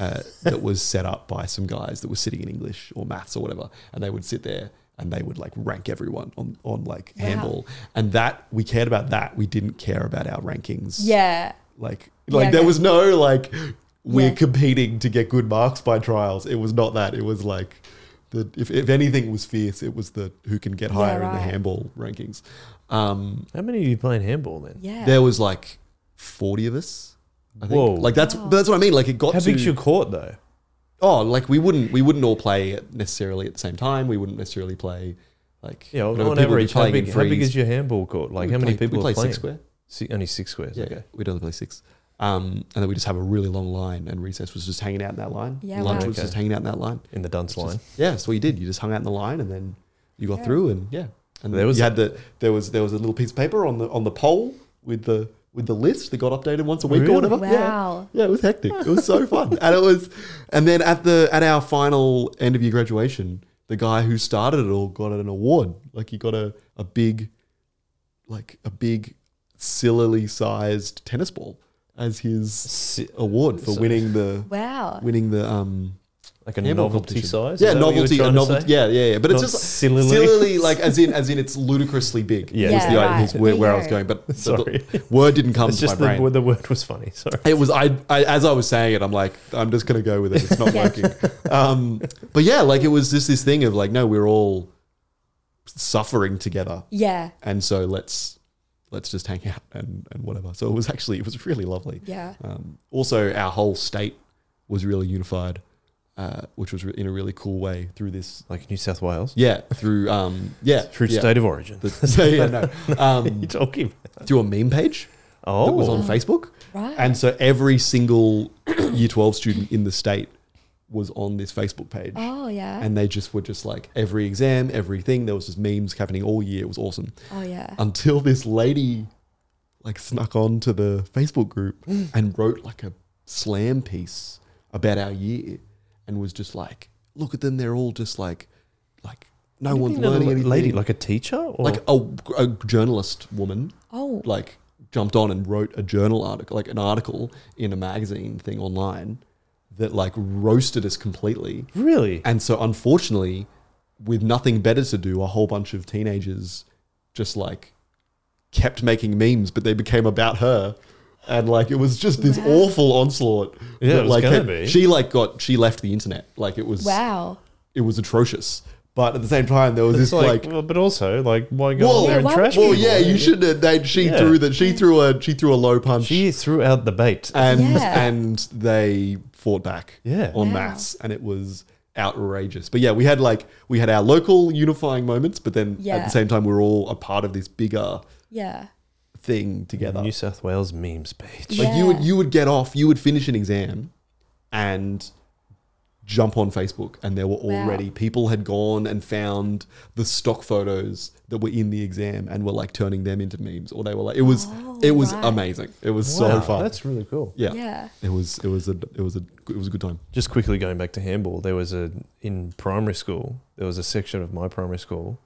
B: uh, that was set up by some guys that were sitting in English or maths or whatever, and they would sit there and they would like rank everyone on on like
C: Wow.
B: handball, and that we cared about that. We didn't care about our rankings.
C: yeah
B: like like
C: Yeah,
B: there
C: okay.
B: was no like we're
C: Yeah.
B: competing to get good marks by trials. It was not that. It was like. The, if, if anything was fierce, it was the who can get
C: Yeah,
B: higher in the
C: right.
B: handball rankings. Um,
A: How many of you playing handball then?
C: yeah
B: there was like 40 of us. I think.
A: Whoa.
B: Like that's that's what I mean. Like it got
A: How
B: to
A: big's your court though?
B: oh, like we wouldn't we wouldn't all play necessarily at the same time. We wouldn't necessarily play like
A: Yeah, on,
B: whatever
A: on
B: people would be
A: average, how
B: playing
A: big,
B: in
A: how big
B: threes.
A: is your handball court? Like,
B: We
A: how many
B: play-
A: people
B: we play
A: are playing?
B: six square?
A: Si- only six squares.
B: Yeah,
A: okay.
B: we'd only play six. Um, and then we just have a really long line, and recess was just hanging out in that line.
C: Yeah,
B: lunch
C: wow.
B: was
A: Okay.
B: just hanging out in that line.
A: In the dunce
B: Just-
A: line.
B: yeah, that's what you did. You just hung out in the line, and then you got
C: Yeah.
B: through, and yeah, and
A: There was
B: you
A: a-
B: had the there was there was a little piece of paper on the on the pole with the with the list that got updated once a week
A: Really?
B: or whatever.
C: Wow.
B: Yeah. yeah, it was hectic. It was so fun, and it was, and then at the at our final end of year graduation, the guy who started it all got an award. Like he got a a big, like a big, sillily sized tennis ball as his
A: Si-
B: award for
A: So-
B: winning the
C: wow
B: winning the um
A: like a
B: Handball
A: novelty
B: competition.
A: size?
B: Yeah,
A: Is that what you were
B: novelty, a
A: trying to
B: novelty.
A: say?
B: Yeah, yeah, yeah. But it's
A: Not
B: just like-
A: sillily.
B: sillily, like as in as in it's ludicrously big.
A: Yeah.
B: was the
A: Yeah,
B: idea- was
C: right.
B: where,
C: There
B: where I
C: you
B: was
C: go.
B: going, but the-
A: Sorry.
B: the word didn't come
A: It's
B: to my
A: just the,
B: brain.
A: word- the word was funny. Sorry.
B: It was I, I as I was saying it, I'm like, I'm just gonna go with it. It's not
C: Yeah.
B: working. Um, but yeah, like it was just this thing of like, no, we're all suffering together,
C: yeah
B: and so let's let's just hang out and and whatever. So it was actually it was really lovely.
C: yeah
B: Um, also, our whole state was really unified, uh, which was re- in a really cool way through this
A: Like New South Wales.
B: yeah, through um, yeah,
A: True
B: yeah.
A: state of origin.
B: The- so, yeah, no, um,
A: You're talking about.
B: through a meme page
A: Oh.
B: that was on Facebook,
C: right
B: and so every single Year Twelve student in the state was on this Facebook page,
C: oh yeah
B: and they just were just like every exam, everything. There was just memes happening all year. It was awesome
C: oh yeah
B: until this lady like snuck on to the Facebook group
A: Mm.
B: and wrote like a slam piece about our year and was just like, look at them, they're all just like like no
A: You
B: one's
A: mean a
B: learning
A: la-
B: anything.
A: Lady, like a teacher? Or?
B: like a, a journalist woman
C: oh
B: like jumped on and wrote a journal article like an article in a magazine thing online that like roasted us completely
A: really?
B: and so, unfortunately, with nothing better to do, a whole bunch of teenagers just like kept making memes, but they became about her. And like it was just this
C: Wow.
B: awful onslaught.
A: Yeah,
B: that,
A: it was
B: like
A: gonna
B: had-
A: be.
B: she like got she left the internet. Like it was
C: wow
B: it was atrocious. But at the same time, there was
A: It's
B: this
A: like,
B: like,
A: well, but also like, why go
B: Well,
A: in there and
C: Yeah, why
A: trash
C: would
B: well,
A: people?
B: yeah, you shouldn't have named. She
A: Yeah.
B: threw that. She threw a she threw a low punch,
A: She threw out the bait.
B: and
C: Yeah.
B: and they fought back.
A: Yeah.
B: on
C: Wow.
B: mass, and it was outrageous. But yeah, we had like we had our local unifying moments, but then at
C: Yeah.
B: the same time, we are all a part of this bigger
C: Yeah.
B: thing together.
A: New South Wales memes page.
C: Yeah.
B: Like you would you would get off, you would finish an exam and jump on Facebook and there were
C: Wow.
B: already people had gone and found the stock photos that were in the exam and were like turning them into memes or they were like it was it was
C: Oh, right.
B: amazing. It was so
A: Wow,
B: fun.
A: That's really cool.
B: yeah.
C: Yeah.
B: It was it was a it was a it was a good time.
A: Just quickly going back to handball, there was a in primary school. There was a section of my primary school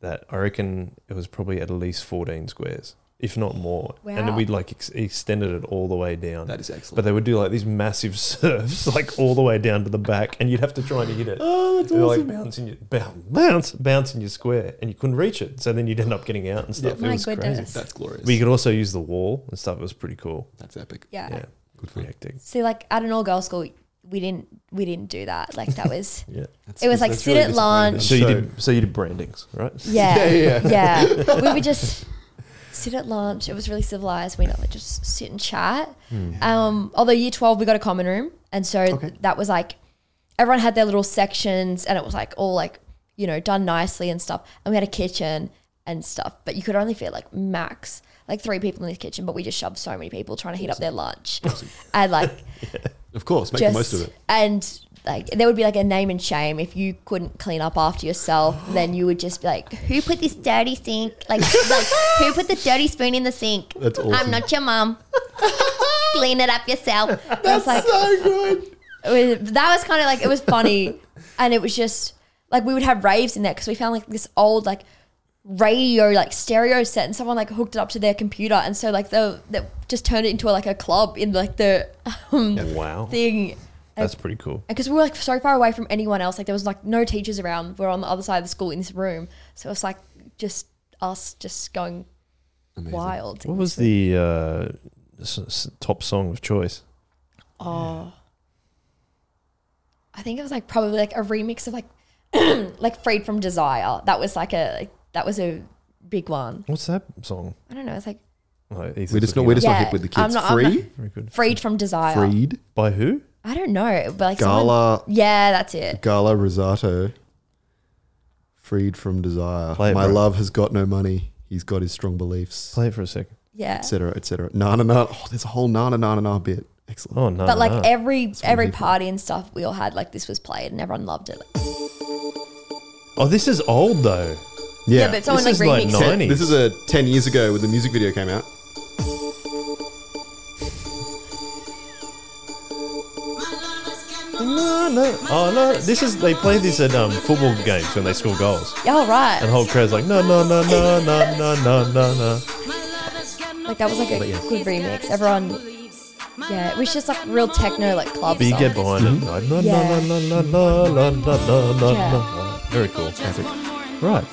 A: that I reckon it was probably at least fourteen squares, if not more. And
C: Wow.
A: we like ex- extended it all the way down.
B: That is excellent.
A: but they would do like these massive serves, like all the way down to the back, and you'd have to try and hit it.
B: oh, that's
A: They were
B: awesome.
A: like bouncing your bounce, bounce, bounce in your square, and you couldn't reach it. So then you'd end up getting out and stuff.
B: Yeah.
A: it
C: My
A: was
C: goodness.
A: crazy.
B: that's glorious.
A: But you could also use the wall and stuff. It was pretty cool.
B: that's epic.
C: Yeah.
A: Yeah,
B: Good for
A: pretty
B: you.
A: hectic.
C: See, like at an all girls school, we didn't we didn't do that. Like that was
A: Yeah.
B: That's-
C: It was like
B: that's
C: sit at
B: disappointing.
C: lunch.
A: So you did. So you did brandings, right?
C: yeah
B: Yeah,
C: yeah. we would just sit at lunch. It was really civilized. We would like just sit and chat. Um, although year twelve we got a common room, and so
B: Okay.
C: that was like everyone had their little sections, and it was like all like you know done nicely and stuff. And we had a kitchen and stuff, but you could only fit like max like three people in the kitchen. But we just shoved so many people trying to heat up their lunch, and like
B: Of course, make
C: just
B: the most of it.
C: and like there would be like a name and shame if you couldn't clean up after yourself then you would just be like who put this dirty sink like, like who put the dirty spoon in the sink
B: That's awesome.
C: i'm not your mum clean it up yourself that's like
B: so good.
C: it was, that was kind of like it was funny and it was just like we would have raves in there because we found like this old like radio like stereo set and someone like hooked it up to their computer and so like the that just turned it into like a club in like the um,
A: Wow.
C: thing
A: That's pretty cool.
C: because we were like so far away from anyone else. Like there was like no teachers around. We are on the other side of the school in this room, so it was like just us just going wild.
A: What was the uh, s- s- top song of choice?
C: Oh, I think it was like probably like a remix of like like Freed from Desire. That was like a like, that was a big one.
A: What's that song?
C: I don't know. It's like
A: Oh, Ethan's
B: We're just
A: looking
B: not we're
A: it
B: just
A: up.
B: not
C: Yeah,
B: hip with the
C: I'm
B: kids.
C: not- I'm
B: Free,
A: very good.
C: Freed from Desire.
B: freed,
A: By who?
C: I don't know, but like someone-
B: Gala,
C: Yeah, that's it.
B: Gala Rosato, freed from desire.
A: Play it,
B: My
A: bro.
B: love has got no money. He's got his strong beliefs,
A: Play it for a second.
C: Yeah.
B: etc., etc. Na na na. Oh, there's a whole na na na na na bit. Excellent.
A: Oh no!
C: But like
A: no.
C: every every
B: wonderful.
C: party and stuff we all had, like this was played and everyone loved it. Like,
A: oh, this is old though.
C: yeah. but someone like
A: This is like
C: remixed
A: nine-
C: it.
B: Ten-
A: 90s.
B: this is a ten years ago when the music video came out.
A: No, no. Oh no! This is they play this at um, football games when they score goals,
C: Yeah, all right.
A: and the whole crowd's like no, no, no, no, no, no, no, no, no.
C: Like that was like a good remix. Everyone, yeah, it was just like real techno, like club.
A: But you
C: Song.
A: get behind it. Like, no, no,
C: Yeah.
A: no, no, no, no, no, no, no,
C: Yeah.
A: no. Very cool. Epic. Right.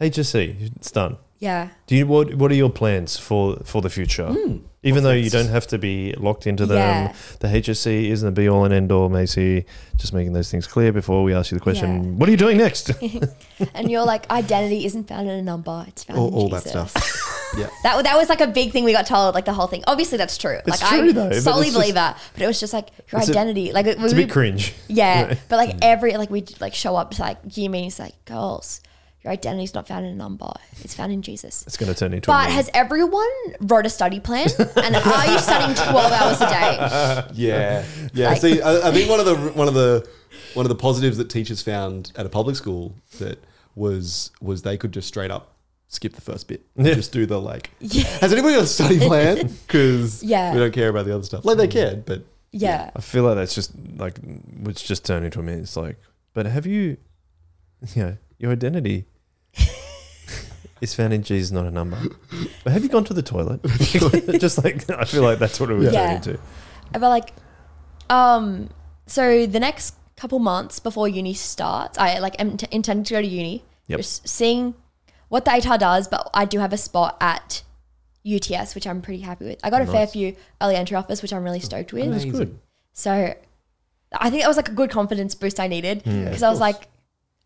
A: HSC, E. it's done.
C: yeah,
A: Do you what What are your plans for for the future? Even though you don't have to be locked into them,
C: Hmm. Yeah.
A: the HSC isn't a be all and end all, Macy. Just making those things clear before we ask you the question.
C: Yeah.
A: What are you doing next?
C: and your like identity isn't found in a number; it's found
B: All,
C: in
B: all that
C: Jesus.
B: stuff. yeah.
C: That, wa- that was like a big thing we got told, like the whole thing. Obviously, that's true.
A: It's
C: like
A: true,
C: I
A: though, but
C: solely
A: it's just-
C: believe that, but it was just like your
A: It's a-
C: identity. like it
A: it's
C: was
A: a bit cringe.
C: Yeah,
A: Right.
C: but like every like we like show up to like year meetings, like girls, your identity's not found in a number; it's found in Jesus.
A: It's going to turn into. a
C: But
A: meme.
C: has everyone wrote a study plan? And are you studying twelve hours a day?
B: Yeah, yeah.
C: Like-
B: See, I, I think one of the one of the one of the positives that teachers found at a public school that was was they could just straight up skip the first bit, and
A: Yeah.
B: just do the like.
C: Yeah.
B: Has anybody got a study plan? Mm. Because
C: Yeah.
B: we don't care about the other stuff. Like they cared, but
C: Yeah.
A: I feel like that's just like it's just turned into a meme. It's like, but have you, you know, your identity is found in Jesus, not a number. But have you gone to the toilet? just like I feel like that's what it was
C: Yeah.
A: turned into.
C: But like, um, so the next couple months before uni starts, I like am t- intending to go to uni.
A: Yep.
C: Just seeing what the ATAR does, but I do have a spot at UTS, which I'm pretty happy with. I got a fair
A: Nice.
C: few early entry offers, which I'm really stoked with.
A: That's good.
C: So I think that was like a good confidence boost I needed because I
B: of
C: was like,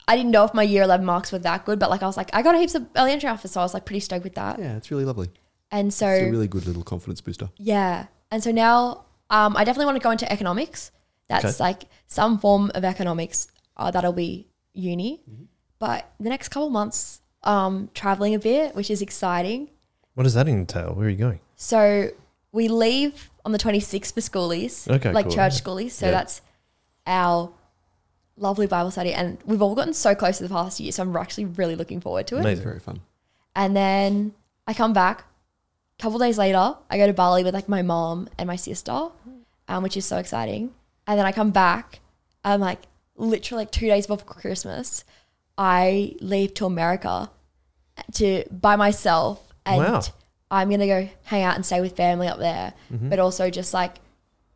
C: I didn't know if my year 11 marks were that good, but like I was like, I got heaps of early entry alpha, so I was like pretty stoked with that.
B: Yeah, it's really lovely.
C: And so,
B: It's a really good little confidence booster.
C: yeah. And so now um, I definitely want to go into economics. That's
A: Okay.
C: like some form of economics uh, that'll be uni.
A: Mm-hmm.
C: But the next couple months, um, traveling a bit, which is exciting.
A: What does that entail? Where are you going?
C: So we leave on the 26th for schoolies,
A: Okay,
C: like
A: cool,
C: church
A: yeah.
C: schoolies. So
A: Yeah.
C: that's our lovely Bible study. And we've all gotten so close to the past year. So I'm actually really looking forward to it.
B: It's
A: Amazing.
B: very fun.
C: And then I come back. A couple days later, I go to Bali with like my mom and my sister, um, which is so exciting. And then I come back, and like literally like two days before Christmas, I leave to America uh, to by myself, and
A: Wow.
C: I'm gonna go hang out and stay with family up there,
A: Mm-hmm.
C: but also just like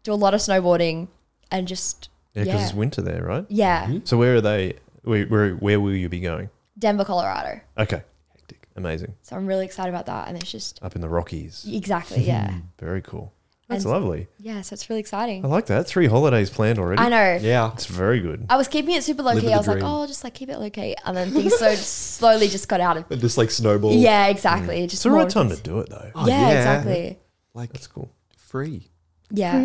C: do a lot of snowboarding and just
A: Yeah, because
C: yeah,
A: it's winter Mm-hmm. there, right?
C: yeah,
A: So where are they? Where, where where will you be going?
C: Denver, Colorado.
A: Okay,
B: Hectic.
A: amazing.
C: So I'm really excited about that, and it's just
A: Up in the Rockies. Mm,
C: exactly yeah,
A: Very cool. That's
C: And-
A: lovely.
C: yeah. So it's really exciting.
A: I like that. Three holidays planned already.
C: I know.
B: Yeah.
A: It's very good.
C: I was keeping it super low
B: Live
C: key.
B: with
C: I
B: the
C: was like,
B: dream.
C: oh, I'll just like keep it low key, and then things so slowly just got out of.
B: Just like snowball.
C: Yeah, exactly. Just
A: It's the
C: more
A: right
C: of
A: time to
C: this-
A: do it though.
B: Oh,
C: yeah,
B: yeah.
C: exactly.
B: Like
A: That's cool.
B: free.
C: Yeah,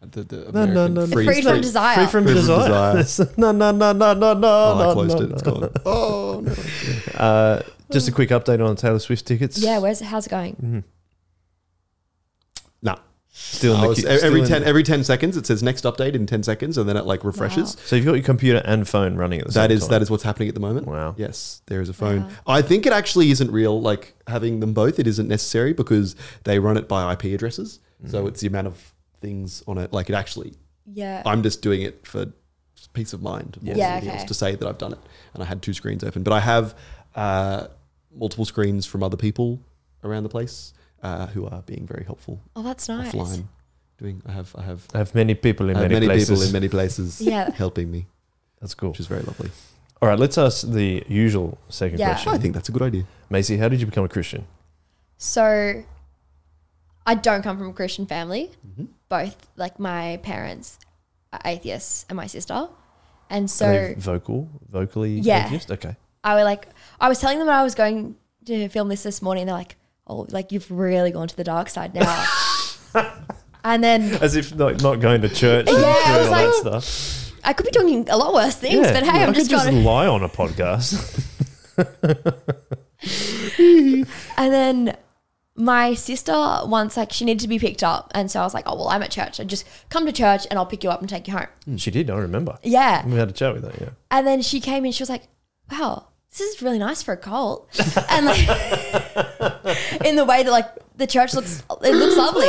B: The, the
A: No, no,
B: American
A: no, no.
B: free,
C: Free from
B: free-
C: desire.
A: Free from
B: Free from
A: desire. no, no, no, no, no, no.
B: Oh,
A: no,
B: I closed
A: no,
B: it. It's
A: no.
B: gone. Oh, no.
A: Uh, just a quick update on Taylor Swift tickets.
C: yeah. Where's how's it going?
B: Mm-hmm. Nah.
A: still in
B: I
A: the
B: was-
A: queue. Oh, still
B: every
A: in
B: 10
A: the-
B: every 10 seconds it says next update in 10 seconds and then it like refreshes
A: so you've got your computer and phone running at the same
B: that is
A: time.
B: that is what's happening at the moment
A: Wow.
B: yes there is a phone
C: Wow.
B: i think it actually isn't real like having them both it isn't necessary because they run it by ip addresses
A: Mm.
B: so it's the amount of things on it like it actually
C: Yeah,
B: i'm just doing it for peace of mind more
C: Yeah.
B: than
C: Yeah,
B: anything
C: okay.
B: else to say that i've done it and i had two screens open but i have uh, multiple screens from other people around the place uh, who are being very helpful
C: oh, that's nice.
B: offline doing i have i have
A: I have many people in
B: I have
A: many,
B: many
A: places.
B: people in many places
C: Yeah.
B: helping me,
A: That's cool.
B: which is very lovely.
A: All right, let's ask the usual second
C: Yeah.
A: question.
B: I think that's a good idea.
A: Macy, how did you become a Christian?
C: So, I don't come from a Christian family.
B: Mm-hmm.
C: Both like my parents are atheists and my sister, and so
A: Are they vocal, vocally
C: Yeah.
A: atheist? Okay.
C: I was like, I was telling them I was going to film this this morning. They're like, oh, like you've really gone to the dark side now. and then
A: As if not, not going to church
C: Yeah,
A: and
C: I
A: doing
C: was
A: all that
C: like-
A: stuff.
C: I could be doing a lot worse things, but hey,
A: I
C: I'm
A: could
C: just
A: just
C: going. to
A: lie on a podcast.
C: And then my sister once like she needed to be picked up, and so I was like, oh well, I'm at church. I just come to church and I'll pick you up and take you home.
A: Hmm, she did, I remember.
C: Yeah.
A: We had a chat with her, yeah.
C: And then she came in, she was like, wow, this is really nice for a cult. And like, in the way that like the church looks, it looks lovely.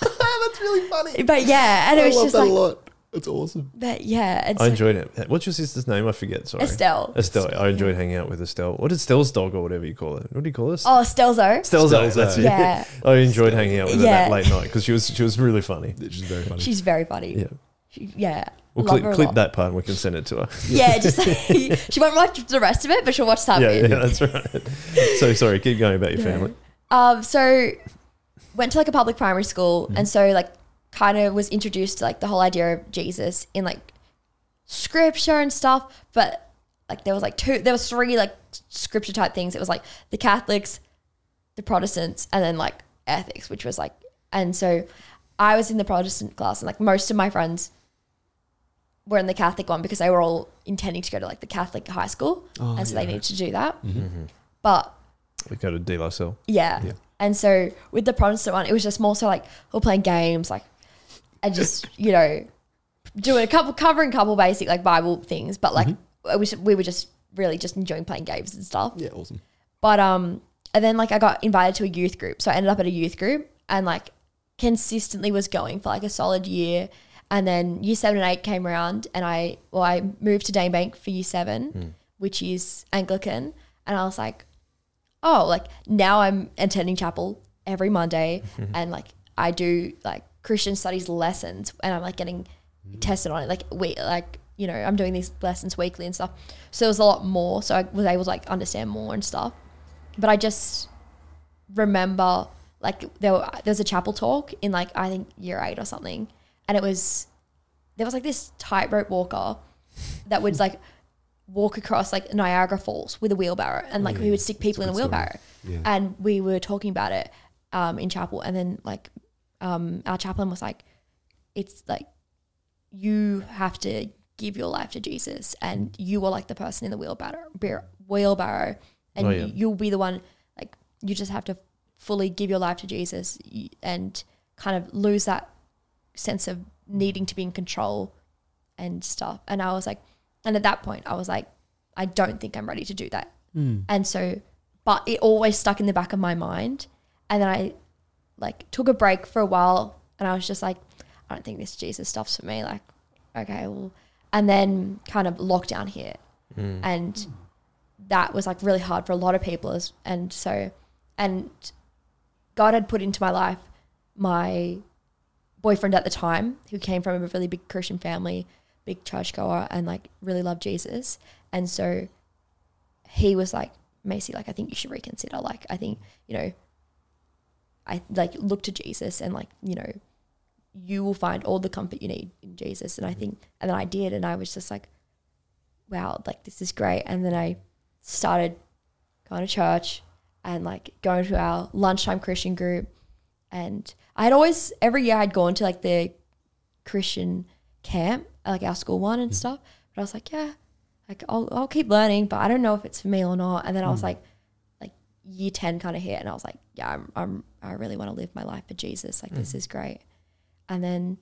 B: that's really funny.
C: But yeah, and it
B: I
C: was
B: love
C: just
B: that
C: like,
B: a lot. It's awesome.
C: but yeah, it's
A: I
C: like,
A: enjoyed it. What's your sister's name? I forget, sorry.
C: Estelle.
A: Estelle. I enjoyed hanging out with Estelle. What is Estelle's dog or whatever you call it? What do you call this?
C: oh, Stelzo.
A: Stelzo, that's it.
C: Yeah.
A: I enjoyed hanging out with her that
C: Yeah.
A: late night because she was she was really funny.
B: It's just very funny.
C: She's very funny.
A: Yeah.
C: She- yeah.
A: We'll
C: Love
A: clip,
C: her a
A: clip
C: lot.
A: that part and we can send it to her.
C: Yeah, just she won't watch the rest of it, but she'll watch some
A: yeah,
C: of
A: yeah,
C: it.
A: that's right. So sorry, keep going about your family.
C: Um, so went to like a public primary school, and so like kind of was introduced to like the whole idea of Jesus in like scripture and stuff. But like there was like two, there was three like scripture type things. It was like the Catholics, the Protestants, and then like ethics, which was like. And so I was in the Protestant class, and like most of my friends were in the Catholic one because they were all intending to go to like the Catholic high school, and so they needed to do that. But
A: We go to De La Salle.
C: yeah. And so with the Protestant one, it was just more so like we're playing games, like and just you know doing a couple covering a couple basic like Bible things, but like it was, we were just really just enjoying playing games and stuff.
B: yeah, awesome.
C: But um, and then like I got invited to a youth group, so I ended up at a youth group and like consistently was going for like a solid year. And then year seven and eight came around, and I well I moved to Danebank for year seven, which is Anglican, and I was like, oh, like now I'm attending chapel every Monday, and like I do like Christian studies lessons, and I'm like getting tested on it, like we like you know I'm doing these lessons weekly and stuff. So it was a lot more, so I was able to like understand more and stuff but I just remember like there, were, there was a chapel talk in like I think year eight or something, and it was there was like this tightrope walker that would like walk across like Niagara Falls with a wheelbarrow, and like we would stick people in a wheelbarrow. And we were talking about it um, in chapel, and then like um, our chaplain was like, "It's like you have to give your life to Jesus,
A: Mm.
C: and you are like the person in the wheelbarrow, bear- wheelbarrow, and
A: Oh, yeah.
C: you, will be the one. Like you just have to fully give your life to Jesus, y- and kind of lose that sense of needing to be in control and stuff. And I was like, and at that point, I was like, I don't think I'm ready to do that.
A: Hmm.
C: And so, but it always stuck in the back of my mind. And then I like took a break for a while and I was just like, I don't think this Jesus stuff's for me. Like, okay, well, and then kind of lockdown hit. And that was like really hard for a lot of people. As, and so, and God had put into my life my boyfriend at the time who came from a really big Christian family, big churchgoer, and like really loved Jesus. And so he was like, Macy, like, I think you should reconsider. Like, I think, you know, I like look to Jesus and like, you know, you will find all the comfort you need in Jesus. And I think, and then I did. And I was just like, wow, like, this is great. And then I started going to church and like going to our lunchtime Christian group. And I had always, every year I'd gone to like the Christian camp, like our school one and stuff. But I was like, yeah, like I'll, I'll keep learning, but I don't know if it's for me or not. And then I was like, like year 10 kind of hit. And I was like, yeah, I'm, I'm, I really want to live my life for Jesus. Like this is great. And then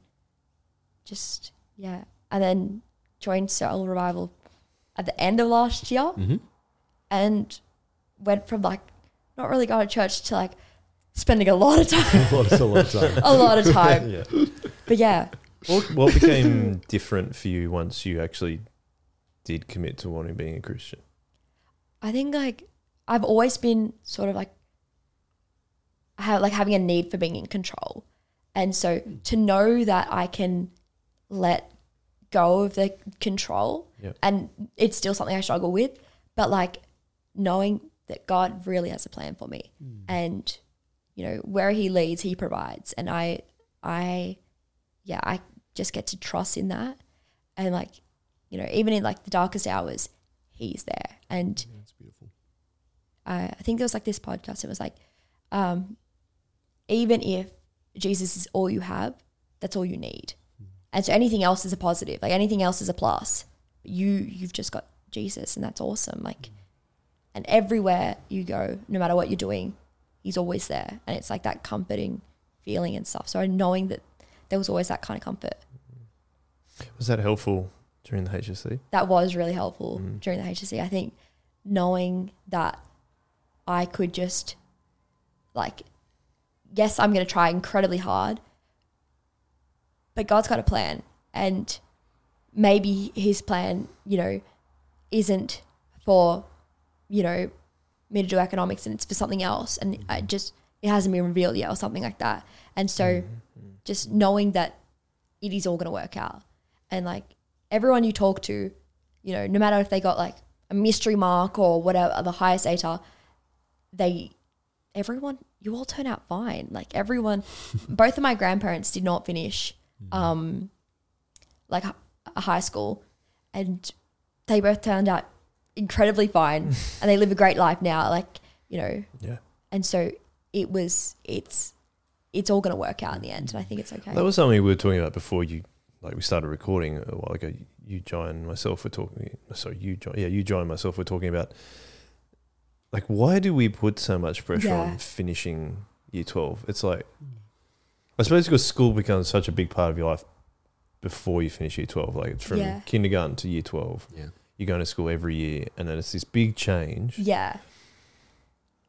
C: just, yeah. And then joined Soul Revival at the end of last year and went from like not really going to church to like spending a lot of time,
B: Lots a lot of time.
C: a lot of time.
A: Yeah.
C: But yeah,
A: What, what became different for you once you actually did commit to wanting being a Christian?
C: I think like I've always been sort of like ha like having a need for being in control, and so to know that I can let go of the control,
A: Yep.
C: and it's still something I struggle with, but like knowing that God really has a plan for me, and you know where He leads, He provides, and I, I, yeah, I just get to trust in that, and like you know even in like the darkest hours, He's there, and
B: That's beautiful.
C: I I think there was like this podcast. It was like, um, even if Jesus is all you have, that's all you need, and so anything else is a positive. Like anything else is a plus. You you've just got Jesus, and that's awesome. Like, and everywhere you go, no matter what you're doing, He's always there, and it's like that comforting feeling and stuff. So knowing that there was always that kind of comfort
A: Was that helpful during the HSC?
C: that was really helpful during the HSC. I think knowing that I could just like, yes, I'm going to try incredibly hard, but God's got a plan, and maybe His plan, you know, isn't for, you know, me to do economics, and it's for something else, and I just it hasn't been revealed yet, or something like that. And so, just knowing that it is all going to work out, and like everyone you talk to, you know, no matter if they got like a mystery mark or whatever, the highest ATAR, they, everyone, you all turn out fine. Like everyone, both of my grandparents did not finish,
A: Mm-hmm.
C: um, like hi- high school, and they both turned out incredibly fine, and they live a great life now. Like you know,
A: Yeah.
C: and so it was, it's, it's all gonna work out in the end, and I think it's okay.
A: That was something we were talking about before you, like we started recording a while ago. You, John, and myself were talking. Sorry, you, John. Yeah, you, John, and myself were talking about, like, why do we put so much pressure
C: Yeah.
A: on finishing year twelve? It's like, I suppose because school becomes such a big part of your life before you finish year twelve. Like it's from
C: Yeah.
A: kindergarten to year twelve.
B: Yeah.
A: You're going to school every year, and then it's this big change.
C: yeah,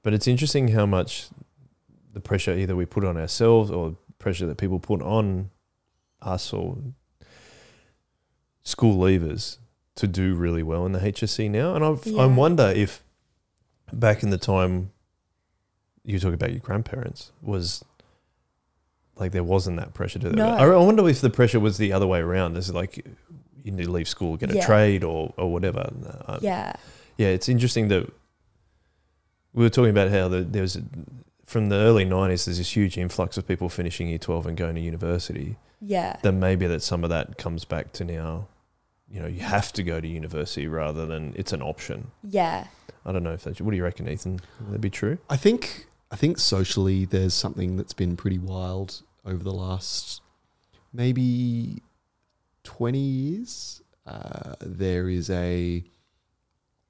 A: But it's interesting how much the pressure either we put on ourselves or pressure that people put on us or school leavers to do really well in the HSC now. And I've, I
C: Yeah.
A: wonder if back in the time you talk about your grandparents was like there wasn't that pressure to
C: No.
A: I, I wonder if the pressure was the other way around. It's like you need to leave school, get
C: Yeah.
A: a trade or, or whatever. Uh, I-
C: yeah,
A: yeah, it's interesting that we were talking about how the, there was a, from the early '90s. There's this huge influx of people finishing Year 12 and going to university.
C: yeah,
A: Then maybe that some of that comes back to now you know you have to go to university rather than it's an option.
C: Yeah.
A: I don't know if that's what do you reckon, Ethan? Would that be true?
B: I think I think socially there's something that's been pretty wild over the last maybe 20 years. Uh, there is a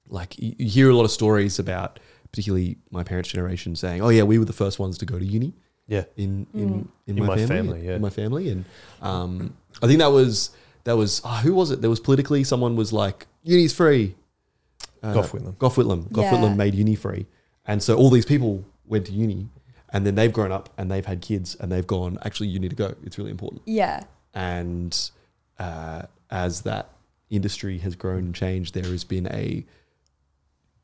B: like you, you hear a lot of stories about particularly my parents' generation saying, "Oh yeah, we were the first ones to go to uni."
A: Yeah.
B: in in
C: Mm.
B: in,
A: In
B: my,
A: my
B: family,
A: family, yeah.
B: in my family, and um, I think that was that was ah, who was it? There was politically someone was like uni's free. Uh,
A: Gough Whitlam.
B: Gough Whitlam. Gough
C: Yeah.
B: Whitlam made uni free, and so all these people went to uni, and then they've grown up and they've had kids and they've gone. Actually, you need to go. It's really important.
C: Yeah.
B: And uh, as that industry has grown and changed, there has been a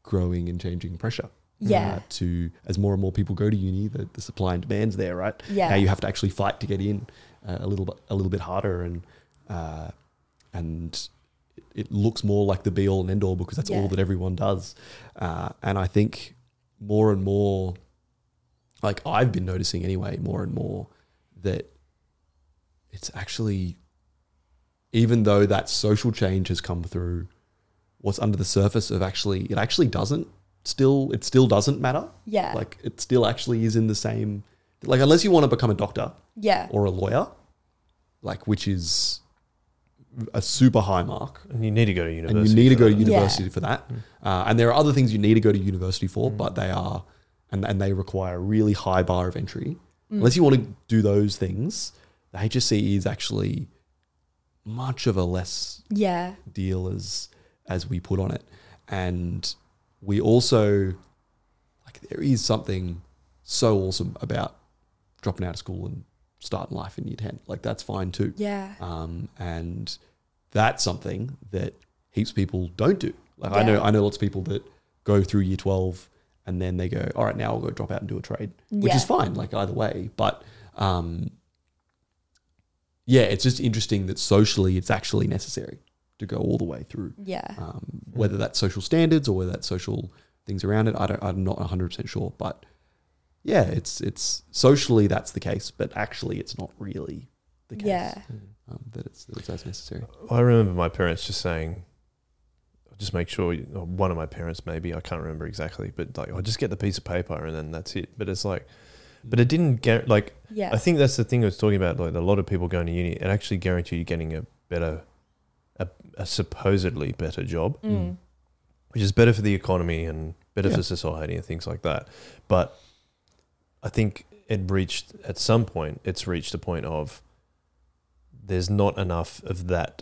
B: growing and changing pressure
C: Yeah.
B: uh, to as more and more people go to uni, the, the supply and demand's there, right?
C: Yeah.
B: Now you have to actually fight to get in uh, a little bit, a little bit harder, and uh, and it, it looks more like the be all and end all because that's all
C: Yeah.
B: that everyone does. Uh, and I think more and more, like I've been noticing anyway, more and more that it's actually, even though that social change has come through, what's under the surface of actually it actually doesn't still it still doesn't matter
C: Yeah.
B: like it still actually is in the same like unless you want to become a doctor
C: yeah.
B: or a lawyer like which is a super high mark
A: And you need to go to university.
B: and you need to
A: for
B: go to
A: that.
C: uni-
B: university for that uh, and there are other things you need to go to university for but they are and, and they require a really high bar of entry unless you want to do those things the hsce is actually much of a less
C: Yeah.
B: deal as as we put on it and we also like there is something so awesome about dropping out of school and starting life in year 10 like that's fine too
C: Yeah.
B: um, and that's something that heaps of people don't do like i
C: Yeah.
B: know i know lots of people that go through year 12 and then they go all right now i'll go drop out and do a trade which is
C: Yeah.
B: fine like either way but um, yeah it's just interesting that socially it's actually necessary to go all the way through
C: Yeah.
B: um, whether that's social standards or whether that's social things around it. I don't, I'm not 100 percent sure, but yeah, it's it's socially that's the case, but actually it's not really the case.
C: Yeah.
B: um, that it's that it's as necessary.
A: I remember my parents just saying, "Just make sure." You, or one of my parents, maybe I can't remember exactly, but like, "I just get the piece of paper and then that's it." But it's like, but it didn't get like.
C: Yeah.
A: I think that's the thing I was talking about. Like a lot of people going to uni, it actually guarantee you getting a better, a, a supposedly better job,
C: Mm.
A: which is better for the economy and better
B: Yeah.
A: for society and things like that. But I think it reached at some point. It's reached a point of there's not enough of that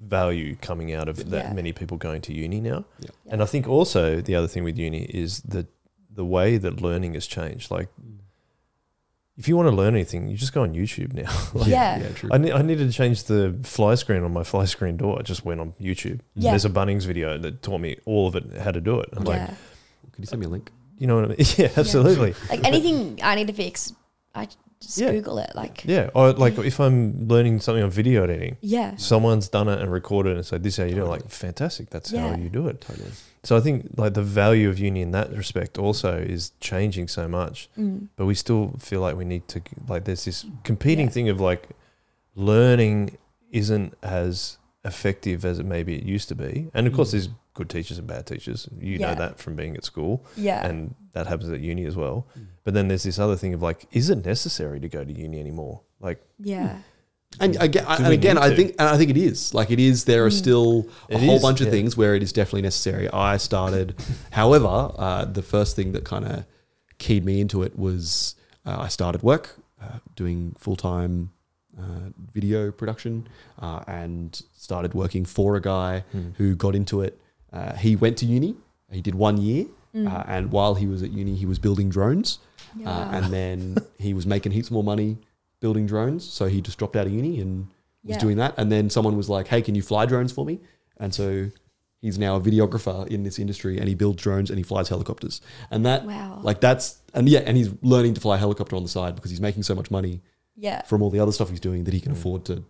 A: value coming out of that
C: Yeah.
A: many people going to uni now.
B: Yeah.
A: And I think also the other thing with uni is the the way that learning has changed. Like if you want to learn anything, you just go on YouTube now. like,
C: Yeah.
B: yeah, true.
A: I, ne- I needed to change the fly screen on my fly screen door. I just went on YouTube.
C: Yeah.
A: There's a Bunnings video that taught me all of it, how to do it. I'm like,
C: Yeah.
B: Could you send me a link?
A: you know what I mean? Yeah, absolutely.
C: Like anything I need to fix, I just
A: Yeah.
C: Google it. Like.
A: Yeah. Or like if I'm learning something on video editing,
C: Yeah.
A: someone's done it and recorded it and said, this is how you do it. Like, fantastic. That's how
C: Yeah.
A: you do it.
B: Totally.
A: So I think like the value of uni in that respect also is changing so much.
C: Mm.
A: but we still feel like we need to like there's this competing
C: Yeah.
A: thing of like learning isn't as effective as it maybe it used to be and of course
B: Mm.
A: there's good teachers and bad teachers you
C: Yeah.
A: know that from being at school
C: Yeah.
A: and that happens at uni as well
B: Mm.
A: but then there's this other thing of like is it necessary to go to uni anymore like
C: yeah.
B: And again,
A: Do
B: and
A: we
B: again,
A: need
B: I
A: to?
B: think and I think it is like it is. There are still a
A: It
B: whole
A: is,
B: bunch of
A: yeah.
B: things where it is definitely necessary. I started, however, uh, the first thing that kind of keyed me into it was uh, I started work uh, doing full time uh, video production uh, and started working for a guy
A: Hmm.
B: who got into it. Uh, he went to uni. He did one year, uh, and while he was at uni, he was building drones. Uh,
C: Yeah.
B: and then he was making heaps more money building drones. So he just dropped out of uni and was
C: Yeah.
B: doing that. And then someone was like, hey, can you fly drones for me? And so he's now a videographer in this industry and he builds drones and he flies helicopters. And that,
C: Wow.
B: like, that's, and yeah, and he's learning to fly a helicopter on the side because he's making so much money
C: Yeah.
B: from all the other stuff he's doing that he can afford to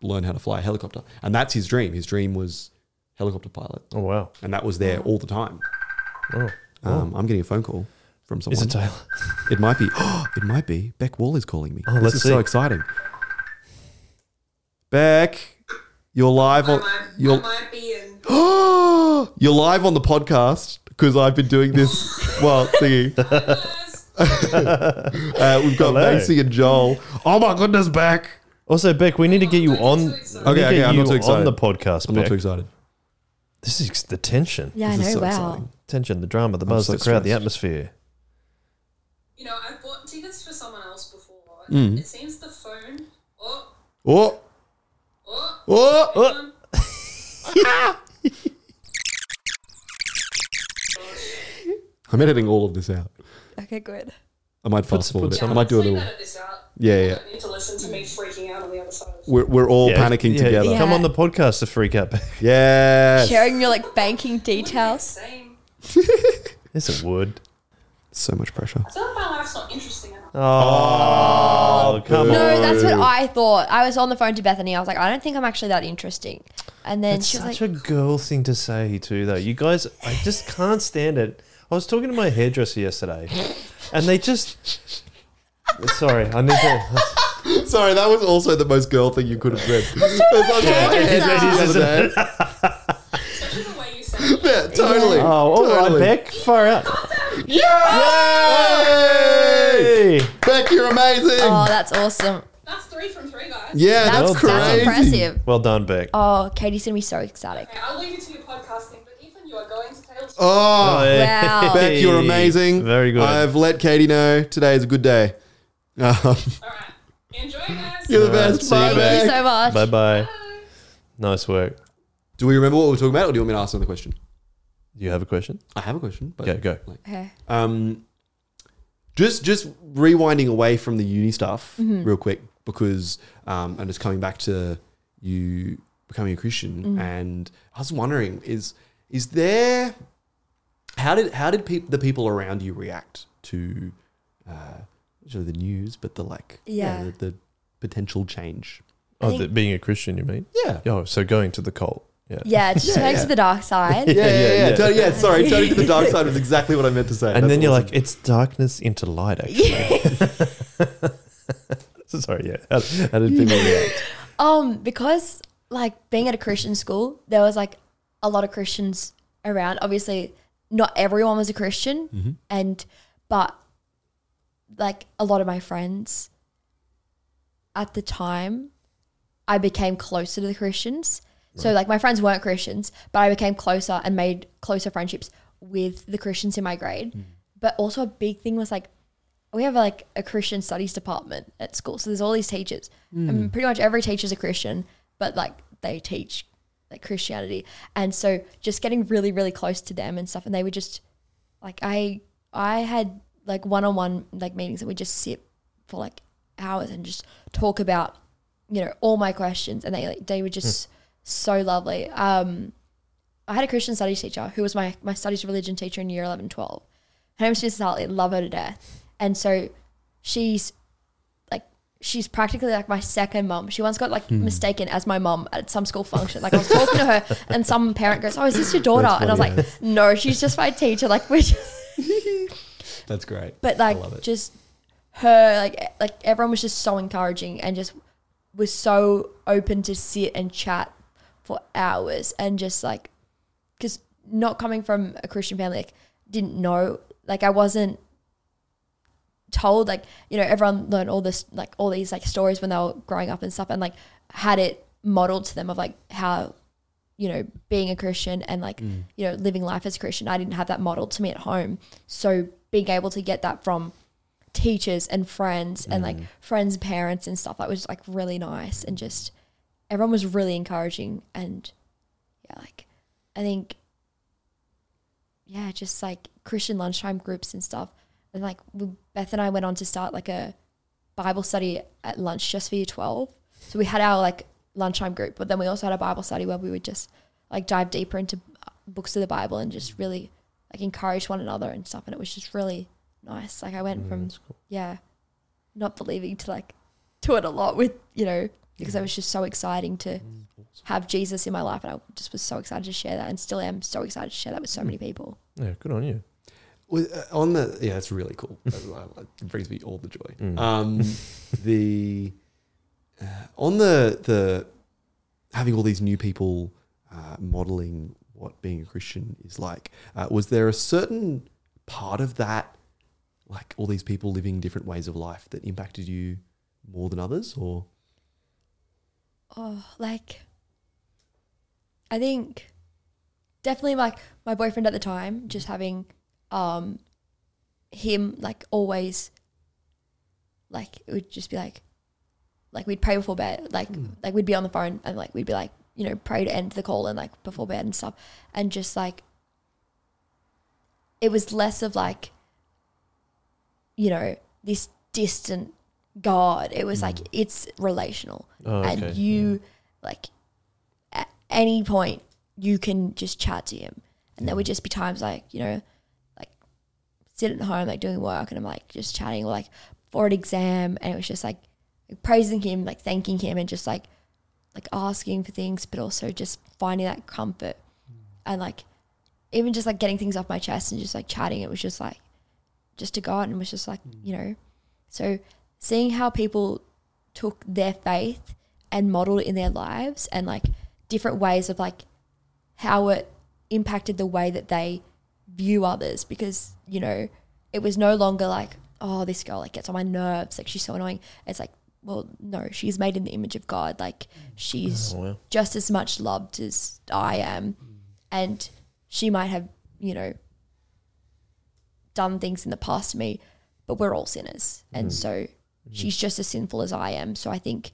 B: learn how to fly a helicopter. And that's his dream. His dream was helicopter pilot.
A: oh wow
B: And that was there all the time.
A: oh,
B: Um, I'm getting a phone call from someone.
A: is it taylor
B: It might be. it might be. Beck Wall is calling me.
A: Oh,
B: this
A: let's
B: is so
A: see.
B: exciting. Beck, You're live
D: I
B: on
D: might, I
B: you're
D: might be in.
B: you're live on the podcast because I've been doing this while singing. Uh, we've got
A: Hello.
B: Macy and Joel. Oh my goodness, back!
A: Also, Beck, we need to get you on. we need to
B: Okay,
A: get
B: okay, I'm
A: you
B: not too
A: on
B: excited.
A: the podcast.
B: I'm not
A: Beck.
B: too excited.
A: This is the tension,
C: Yeah, I
B: This
C: know.
B: is so
C: wow.
B: exciting.
A: tension, the drama, the buzz,
B: so
A: the crowd, the
B: stressed.
A: atmosphere.
D: You know, I've bought tickets for someone else before.
B: Hmm.
D: It seems the phone. Oh,
B: Oh,
D: oh,
B: oh, oh.
D: um,
B: I'm editing all of this out.
C: Okay, good.
B: I might
A: Put-
B: fast forward
A: put
B: it.
A: some-
B: I might do a
D: please
B: little.
D: edit this out.
B: Yeah, yeah.
D: I need to listen to me freaking out on the other side. of the
B: We're, we're all
A: Yeah,
B: panicking
A: yeah,
B: together.
C: Yeah.
A: Come on the podcast to freak out. Beck.
B: Yes.
C: Sharing your like banking details.
D: Same.
A: It's a word.
B: So much pressure.
D: I feel like my life's not interesting enough.
B: Uh.
A: Oh, come on.
C: No, that's what I thought. I was on the phone to Bethany. I was like, I don't think I'm actually that interesting. And then
A: It's
C: she was
A: such
C: like,
A: a girl thing to say too, though. You guys, I just can't stand it. I was talking to my hairdresser yesterday, and they just. Sorry, I need to.
B: Sorry, that was also the most girl thing you could have said.
A: Hairdressers,
B: Hairdressers, man.
D: Especially the way you say it.
B: Yeah, totally.
A: Oh, all right,
B: totally.
A: Beck, far out.
B: Yeah!
A: Hey,
B: Beck, you're amazing.
C: Oh, that's awesome.
D: That's three from three, guys.
B: yeah,
C: That's,
B: that's,
A: well
C: that's,
B: crazy.
C: impressive.
A: well done, Beck.
C: Oh, Katie's gonna be so ecstatic.
D: Okay, I'll leave you to your podcasting, but Ethan, you are going to Taylor's.
B: Oh,
C: Wow.
B: Beck, you're amazing.
A: Very good.
B: I've let Katie know today is a good day. Um,
D: All right. Enjoy, guys.
B: you're the
A: All right,
B: best.
A: see you,
B: Bye,
A: Beck.
B: Beck.
C: Thank you so much.
A: Bye bye.
D: Bye.
A: Nice work.
B: do we remember what we were talking about, or do you want me to ask another question?
A: Do you have a question?
B: I have a question. But
A: Okay, go.
C: Okay.
B: Um, just just rewinding away from the uni stuff real quick because um, I'm just coming back to you becoming a Christian, and I was wondering is is there how did how did peop the people around you react to uh, not sure the news, but the like
C: Yeah.
B: the, the potential change
A: Oh,
C: think-
A: the, being a Christian, you mean?
B: yeah.
A: Oh, so going to the cult. Yeah.
C: Yeah, it's just
B: Yeah,
C: going
B: yeah.
C: to the dark side.
B: Yeah, yeah, yeah.
A: yeah, yeah.
B: Turn- yeah, sorry, turning to the dark side was exactly what I meant to say.
A: And
B: That's
A: then you're
B: awesome.
A: like, it's darkness into light, actually. Sorry, yeah. How, how did people react?
C: Um, because like being at a Christian school, there was like a lot of Christians around. Obviously, not everyone was a Christian, and but like a lot of my friends at the time, I became closer to the Christians. So like my friends weren't Christians, but I became closer and made closer friendships with the Christians in my grade. But also a big thing was like we have like a Christian studies department at school. So there's all these teachers. And pretty much every teacher's a Christian, but like they teach like Christianity. And so just getting really, really close to them and stuff. And they would just like I I had like one on one like meetings and we just sit for like hours and just talk about, you know, all my questions and they like they were just so lovely. Um I had a Christian studies teacher who was my, my studies religion teacher in year 11, 12. Her name's Mrs. Hartley, love her to death. And so she's like, she's practically like my second mum. She once got like mistaken as my mum at some school function. Like I was talking to her and some parent goes, oh, is this your daughter? And I was like, no, she's just my teacher. Like we're just,
B: that's great.
C: but like
B: love it.
C: just her like e- like everyone was just so encouraging and just was so open to sit and chat for hours and just like because not coming from a christian family like didn't know like i wasn't told like you know everyone learned all this like all these like stories when they were growing up and stuff and like had it modeled to them of like how you know being a christian and like you know living life as a christian i didn't have that modeled to me at home so being able to get that from teachers and friends and like friends parents and stuff that was like really nice and just everyone was really encouraging and yeah like i think yeah just like christian lunchtime groups and stuff and like we, beth and i went on to start like a bible study at lunch just for year 12 so we had our like lunchtime group but then we also had a bible study where we would just like dive deeper into uh, books of the bible and just really like encourage one another and stuff and it was just really nice like i went from yeah not believing to like do it a lot with you know because it was just so exciting to have jesus in my life and i just was so excited to share that and still am so excited to share that with so many people
A: Yeah, good on you.
B: Well, uh, on the yeah, that's really cool. That- that- that brings me all the joy. Um, the uh, on the the having all these new people uh, modeling what being a Christian is like. Uh, was there a certain part of that, like all these people living different ways of life, that impacted you more than others? Or
C: Oh, like I think definitely like my boyfriend at the time, just having um him like always like it would just be like like we'd pray before bed, like
A: Hmm.
C: like we'd be on the phone and like we'd be like, you know, pray to end the call and like before bed and stuff. And just like it was less of like, you know, this distant God. It was like it's relational.
A: Hmm. Oh, okay.
C: And you like at any point you can just chat to him. And
A: Hmm.
C: there would just be times like, you know, like sitting at home, like doing work, and I'm like just chatting, like for an exam, and it was just like praising him, like thanking him, and just like like asking for things, but also just finding that comfort, and like even just like getting things off my chest and just like chatting. It was just like just to God, and it was just like you know, so seeing how people took their faith and modeled it in their lives, and like different ways of like how it impacted the way that they view others because you know it was no longer like oh this girl like gets on my nerves like she's so annoying it's like well no she's made in the image of god like she's
A: Oh, wow.
C: just as much loved as i am and she might have you know done things in the past to me but we're all sinners and so she's just as sinful as i am so i think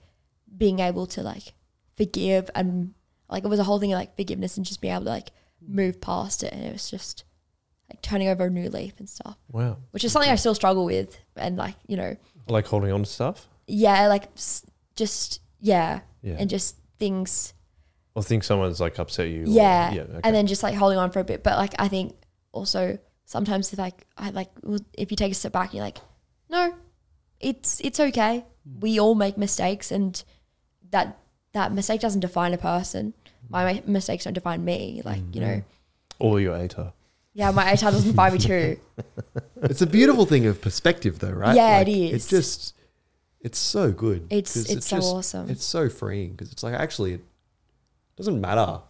C: being able to like forgive and like it was a whole thing of like forgiveness and just being able to like move past it and it was just like turning over a new leaf and stuff
A: Wow.
C: which is something i still struggle with and like you know
A: Like holding on to stuff
C: yeah like s- just yeah,
A: Yeah.
C: and just things
A: or think someone's like upset you. or-
C: yeah,
A: yeah. Okay.
C: and then just like holding on for a bit but like i think also sometimes if like i like w- if you take a step back and you're like no it's it's okay we all make mistakes and that that mistake doesn't define a person my ma- mistakes don't define me like you know
A: or your ATAR.
C: yeah my hr doesn't define me too
B: it's a beautiful thing of perspective, though, right?
C: Yeah, it is.
B: It just it's so good.
C: It's-
B: 'cause
C: it's so awesome.
B: It's so freeing because it's like actually it doesn't matter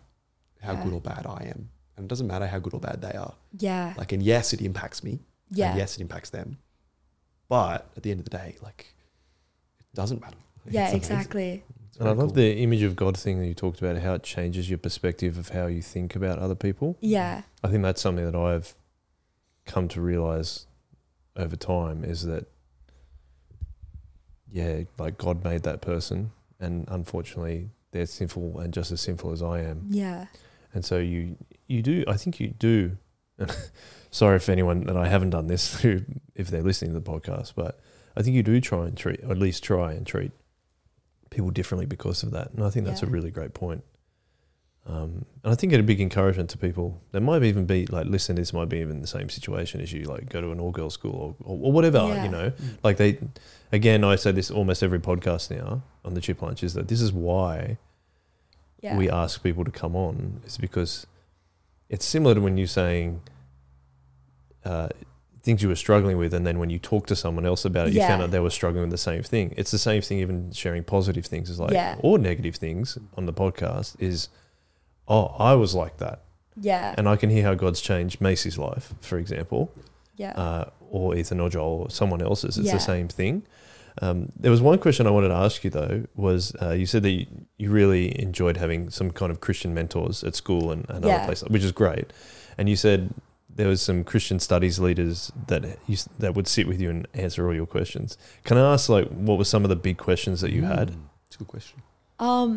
B: how
C: Yeah.
B: good or bad I am, and it doesn't matter how good or bad they are.
C: yeah
B: Like, and yes, it impacts me.
C: Yeah.
B: And yes, it impacts them. But at the end of the day, like, it doesn't matter.
C: yeah
B: It's amazing.
C: exactly
B: It's
A: And I
B: very
A: love
B: cool.
A: the image of God thing that you talked about, how it changes your perspective of how you think about other people.
C: yeah
A: I think that's something that I've come to realize over time is that, yeah, like God made that person, and unfortunately, they're sinful and just as sinful as I am.
C: yeah
A: And so you you do I think you do sorry if anyone that I haven't done this who if they're listening to the podcast, but I think you do try and treat or at least try and treat people differently because of that. And I think that's a
C: Yeah.
A: really great point. Um, and I think it's a big encouragement to people. There might even be like listeners might be even the same situation as you, like go to an all girls school or, or, or whatever,
C: Yeah.
A: you know. Like they again I say this almost every podcast now on the chip lunch is that this is why
C: yeah
A: we ask people to come on is because it's similar to when you're saying uh, things you were struggling with, and then when you talk to someone else about it, you found
C: Yeah.
A: out they were struggling with the same thing. It's the same thing, even sharing positive things is like,
C: Yeah.
A: or negative things on the podcast is, oh, I was like that.
C: yeah
A: And I can hear how God's changed Macy's life, for example
C: yeah
A: uh, or Ethan or Joel or someone else's. It's
C: Yeah.
A: the same thing. Um, there was one question I wanted to ask you though. Was uh, you said that you, you really enjoyed having some kind of Christian mentors at school and, and other
C: Yeah.
A: places, which is great. And you said there was some Christian studies leaders that you, s- that would sit with you and answer all your questions. Can I ask like what were some of the big questions that you had?
B: Mm, It's a good question.
C: Um,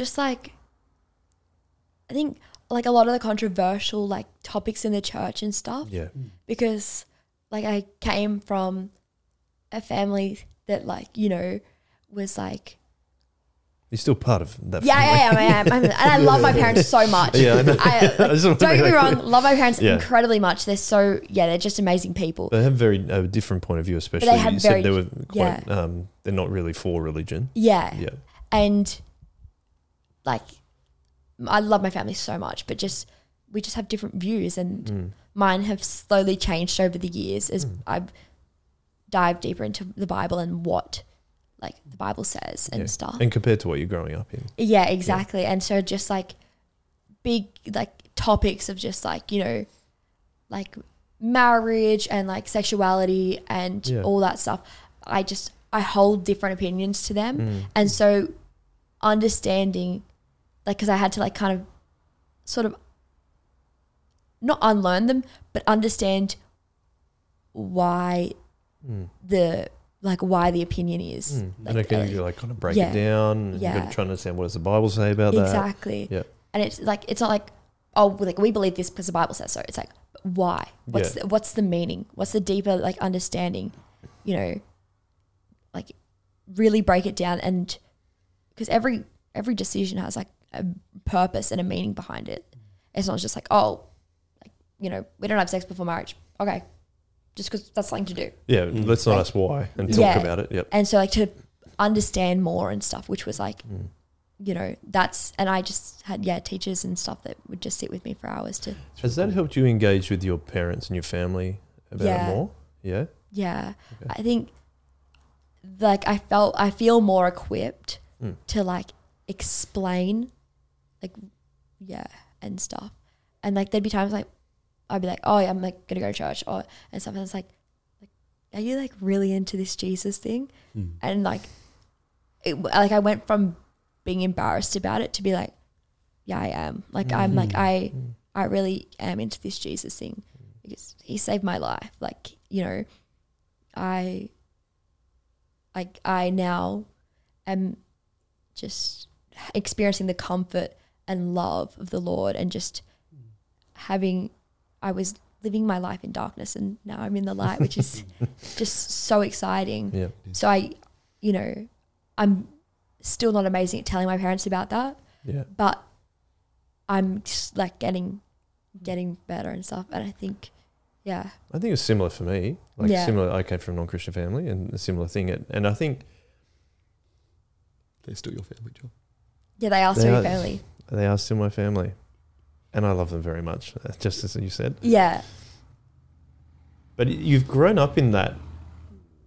C: just like I think like a lot of the controversial like topics in the church and stuff
A: Yeah,
C: because like I came from a family that like you know was like
A: you're still part of that.
C: yeah
A: family.
C: yeah, yeah I am I'm, and I love my parents so much
A: Yeah, I know.
C: I,
A: I just wanna make
C: don't get me
A: that
C: wrong
A: clear.
C: love my parents
A: Yeah.
C: incredibly much they're so yeah they're just amazing people
A: They have very uh, different point of view, especially.
C: have
A: you said
C: very-
A: they were quite. Um, they're not really for religion.
C: yeah
A: Yeah.
C: and like I love my family so much, but just we just have different views, and mine have slowly changed over the years as I've dived deeper into the Bible and what like the Bible says and
A: Yeah.
C: stuff.
A: And compared to what you're growing up in.
C: Yeah, exactly. And so just like big like topics of just like, you know, like marriage and like sexuality and
A: Yeah.
C: all that stuff. I just I hold different opinions to them.
A: Mm.
C: And so understanding like cuz I had to like kind of sort of not unlearn them, but understand why the like why the opinion is
A: Mm. and
C: like,
A: again,
C: uh,
A: you like kind of break
C: yeah.
A: it down. And You've got
C: Yeah.
A: to try and understand what does the Bible say about that.
C: exactly
A: Yeah.
C: and it's like it's not like oh well, like we believe this because the bible says so it's like but why what's
A: Yeah.
C: the, what's the meaning what's the deeper like understanding you know like really break it down and because every every decision has like a purpose and a meaning behind it it's not just like oh like you know we don't have sex before marriage okay just because that's something to do
A: Yeah. Let's not
C: Like-
A: ask why and talk
C: Yeah.
A: about it. Yep.
C: and so like to understand more and stuff which was like you know that's and i just had yeah teachers and stuff that would just sit with me for hours to
A: Has that helped you engage with your parents and your family about
C: Yeah.
A: it more? Yeah.
C: yeah i think like i felt i feel more equipped to like explain like yeah and stuff and like there'd be times like i'd be like oh yeah i'm like gonna go to church or and sometimes like like are you like really into this jesus thing and like it like i went from being embarrassed about it to be like yeah i am like i'm like i i really am into this jesus thing because he saved my life like you know i like i now am just experiencing the comfort and love of the lord and just having i was living my life in darkness and now i'm in the light which is just so exciting
A: Yeah.
C: so i you know i'm still not amazing at telling my parents about that
A: Yeah.
C: but i'm just like getting getting better and stuff and i think yeah
A: I think it's similar for me. Like
C: Yeah.
A: similar, I came from a non-Christian family, and a similar thing. And- And I think
B: They're still your family, John.
C: yeah they are
A: They
C: still your
A: are-
C: family
A: they are still my family, and I love them very much, uh, just as you said.
C: yeah
A: But y- you've grown up in that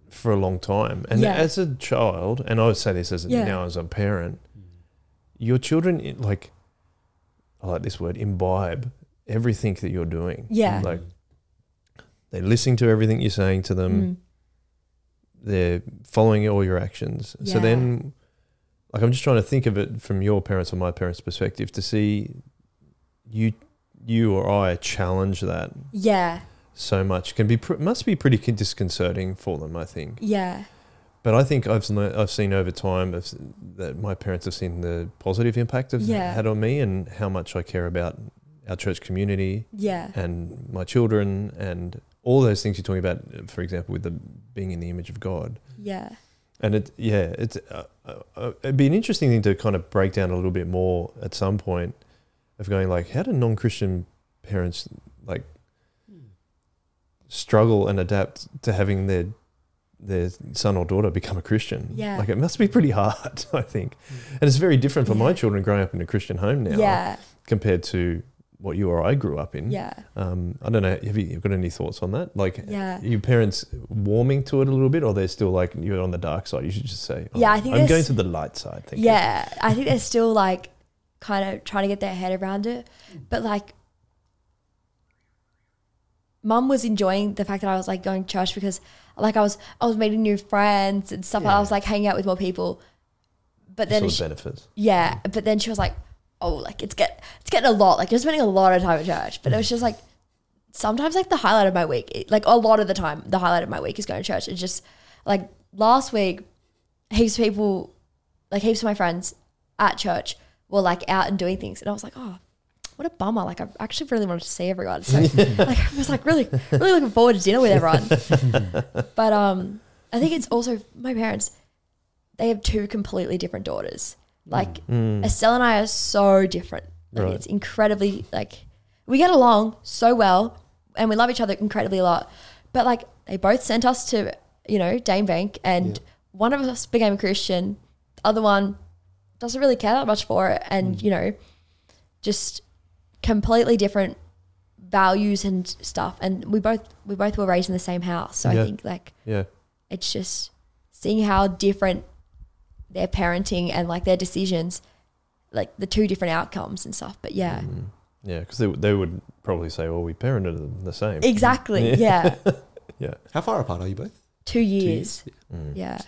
A: for a long time, and
C: Yeah.
A: as a child, and I would say this as a
C: Yeah.
A: now as a parent, your children i- like I like this word imbibe everything that you're doing.
C: Yeah.
A: like they're listening to everything you're saying to them.
C: Mm.
A: they're following all your actions. So
C: Yeah.
A: then, like, I'm just trying to think of it from your parents or my parents' perspective to see you, you or I challenge that
C: yeah
A: so much can be pr- must be pretty con- disconcerting for them. I think,
C: yeah
A: but I think I've le- I've seen over time of, that my parents have seen the positive impact of
C: Yeah.
A: had on me and how much I care about our church community
C: yeah
A: and my children and all those things you're talking about. For example, with the being in the image of God.
C: yeah
A: And it, yeah, it's uh, uh, it'd be an interesting thing to kind of break down a little bit more at some point of going like, how do non-Christian parents like struggle and adapt to having their their son or daughter become a Christian?
C: Yeah. Mm.
A: like it must be pretty hard, I think. And it's very different for my
C: Yeah.
A: children growing up in a Christian home now
C: yeah
A: compared to what you or I grew up in.
C: yeah
A: Um, I don't know. Have you you got any thoughts on that? Like,
C: Yeah.
A: are your parents warming to it a little bit, or they're still like you're on the dark side? You should just say, "Oh,
C: Yeah, I think
A: I'm
C: there's-
A: going to the light side." Thank you."
C: yeah i think they're still like kind of trying to get their head around it but like mum was enjoying the fact that i was like going to church because like i was i was meeting new friends and stuff i was like hanging out with more people but
A: Sort
C: then
A: of
C: she,
A: benefits.
C: yeah but then she was like oh like it's get it's getting a lot like you're spending a lot of time at church but it was just like sometimes like the highlight of my week it- like a lot of the time the highlight of my week is going to church it's just like last week heaps of people like heaps of my friends at church were like out and doing things and i was like oh what a bummer like i actually really wanted to see everyone so like i was like really really looking forward to dinner with everyone but um i think it's also my parents they have two completely different daughters like estelle and i are so different like
A: Right.
C: it's incredibly like we get along so well and we love each other incredibly a lot but like they both sent us to you know dane bank and one of us became a christian the other one doesn't really care that much for it and you know just completely different values and stuff and we both we both were raised in the same house so
A: Yeah.
C: i think like
A: Yeah,
C: it's just seeing how different their parenting and like their decisions, like the two different outcomes and stuff. But yeah,
A: Yeah, because they, they would probably say, well, we parented them the same.
C: exactly. Yeah,
A: yeah.
B: How far apart are you both?
C: two years.
A: Mm.
C: Yeah,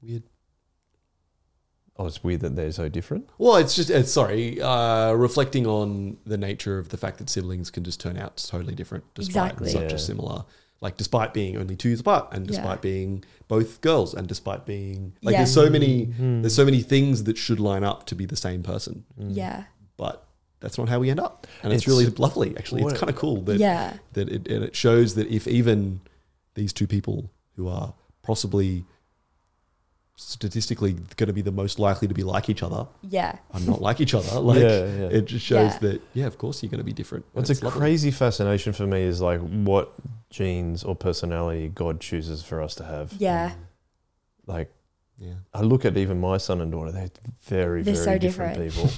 B: Weird.
A: Oh, it's weird that they're so different.
B: Well, it's just it's, sorry. Uh, reflecting on the nature of the fact that siblings can just turn out totally different, despite
C: Exactly.
B: such
A: Yeah.
B: a similar, like despite being only two years apart, and
C: Yeah.
B: despite being both girls, and despite being like
C: Yeah.
B: there's so many
A: Hmm.
B: there's so many things that should line up to be the same person,
C: yeah,
B: but that's not how we end up, and it's,
A: It's-
B: really lovely. Actually,
A: What-
B: it's kind of cool that
C: yeah,
B: that it, and it shows that if even these two people who are possibly statistically going to be the most likely to be like each other
C: yeah.
B: are not like each other. Like
A: Yeah, yeah.
B: it just shows
C: Yeah.
B: that yeah, of course you're going to be different.
A: What's
B: It's
A: a
B: lovely.
A: crazy fascination for me is like what genes or personality God chooses for us to have.
C: Yeah,
A: Like,
B: Yeah,
A: I look at even my son and daughter, they're very,
C: They're
A: very
C: so
A: different, people.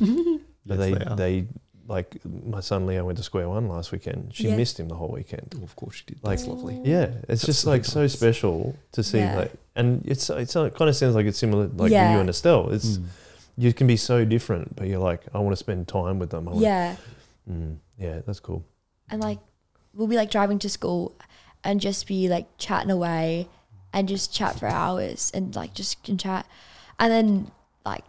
A: But
B: Yes,
A: they,
B: they are.
A: they, like, my son Leo went to square one last weekend. She
C: Yeah.
A: missed him the whole weekend.
B: Oh, of course you did.
A: Like-
B: That's lovely.
A: Yeah, it's just
B: so
A: like so
B: nice.
A: special to see.
C: Yeah.
A: Like, and it's it's it kind of sounds like it's similar, like
C: Yeah.
A: you and Estelle. It's
B: Mm.
A: you can be so different, but you're like, I want to spend time with them. I wanna-
C: yeah.
A: mm, yeah, that's cool.
C: and like we'll be like driving to school and just be like chatting away and just chat for hours and like just can chat and then like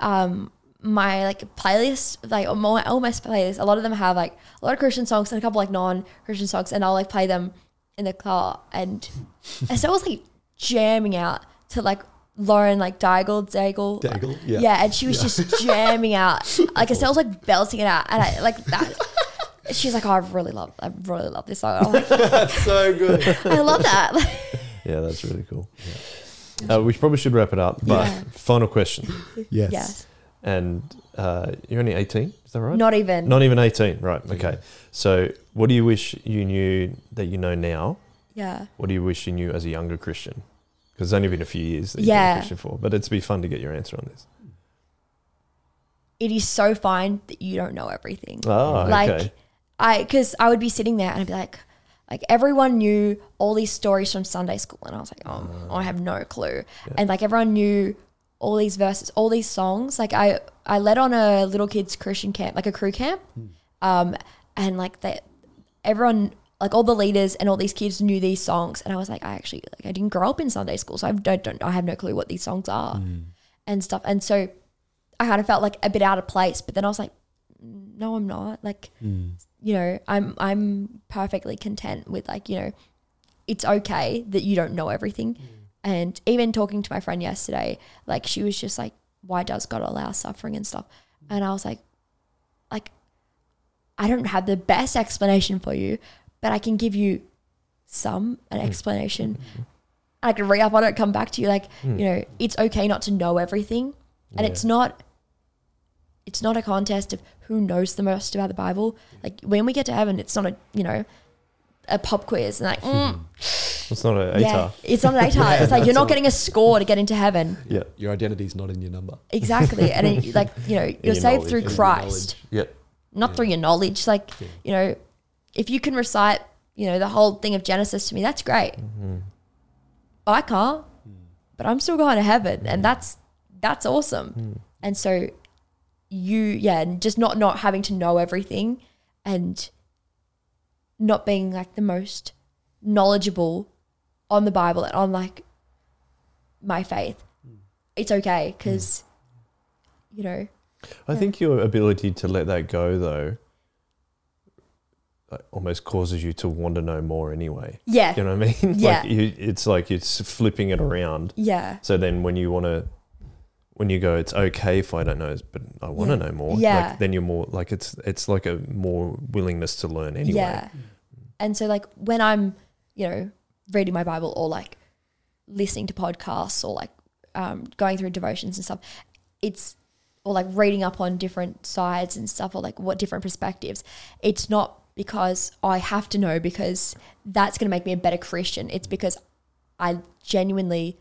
C: um my like playlist like all my, all my playlists a lot of them have like a lot of christian songs and a couple like non-christian songs and i'll like play them in the car and and so i was like jamming out to like lauren like Daigle, Daigle,
B: Daigle, yeah.
C: and she was just jamming out like i said i was like belting it out and i like that she's like, oh, I really love, I really love this song. I'm like,
B: so good.
C: I love that.
A: Yeah, that's really cool. Uh, we probably should wrap it up, but
C: Yeah.
A: final question.
B: yes.
C: yes,
A: And uh, you're only 18, is that right?
C: not even.
A: Not even 18, right? Okay. So, what do you wish you knew that you know now?
C: yeah,
A: What do you wish you knew as a younger Christian? Because it's only been a few years that you've yeah. been
C: Yeah.
A: a Christian for, but it'd be fun to get your answer on this.
C: it is so fine that you don't know everything.
A: Oh,
C: like
A: okay.
C: I, because I would be sitting there and I'd be like, like everyone knew all these stories from Sunday school, and I was like, oh, I have no clue. And like everyone knew all these verses, all these songs. Like I, I led on a little kids Christian camp, like a crew camp, um, and like that, everyone. Like all the leaders and all these kids knew these songs, and I was like, I actually like I didn't grow up in Sunday school, so I don't, don't I have no clue what these songs are and stuff. And so I kind of felt like a bit out of place, but then I was like, no, I'm not. Like, you know, I'm I'm perfectly content with like, you know, it's okay that you don't know everything. And even talking to my friend yesterday, like she was just like, why does God allow suffering and stuff? And I was like, like, I don't have the best explanation for you, but I can give you some an explanation. I can re up on it, come back to you. Like, you know, it's okay not to know everything. And it's not it's not a contest of who knows the most about the Bible. Like when we get to heaven, it's not a you know a pop quiz and like mm,
A: It's not an
C: yeah,
A: ATAR.
C: it's not an ATAR. it's like you're not getting a score to get into heaven.
A: Yeah.
B: Your identity's not in your number.
C: Exactly, and it, like you know, you're
A: your
C: saved
A: knowledge,
C: through
A: in
B: your
C: Christ,
A: Yeah.
C: not through your knowledge. Like you know, if you can recite you know the whole thing of Genesis to me, that's great.
A: Mm-hmm.
C: I can't,
A: Mm.
C: but I'm still going to heaven, and that's that's awesome.
A: Mm.
C: And so you, yeah, and just not not having to know everything, and not being like the most knowledgeable on the Bible and on like my faith.
A: Mm.
C: It's okay because you know
A: I think your ability to let that go, though, like, almost causes you to want to know more anyway.
C: Yeah.
A: You know what I mean?
C: Yeah.
A: like you, it's like it's flipping it around.
C: Yeah.
A: So then when you want to, when you go, it's okay if I don't know, but I want to
C: Yeah.
A: know more.
C: Yeah.
A: Like, then you're more like it's it's like a more willingness to learn anyway.
C: Yeah. And so like when I'm, you know, reading my Bible or like listening to podcasts or like um, going through devotions and stuff, it's or like reading up on different sides and stuff or like what different perspectives. It's not because I have to know because that's going to make me a better Christian. It's because I genuinely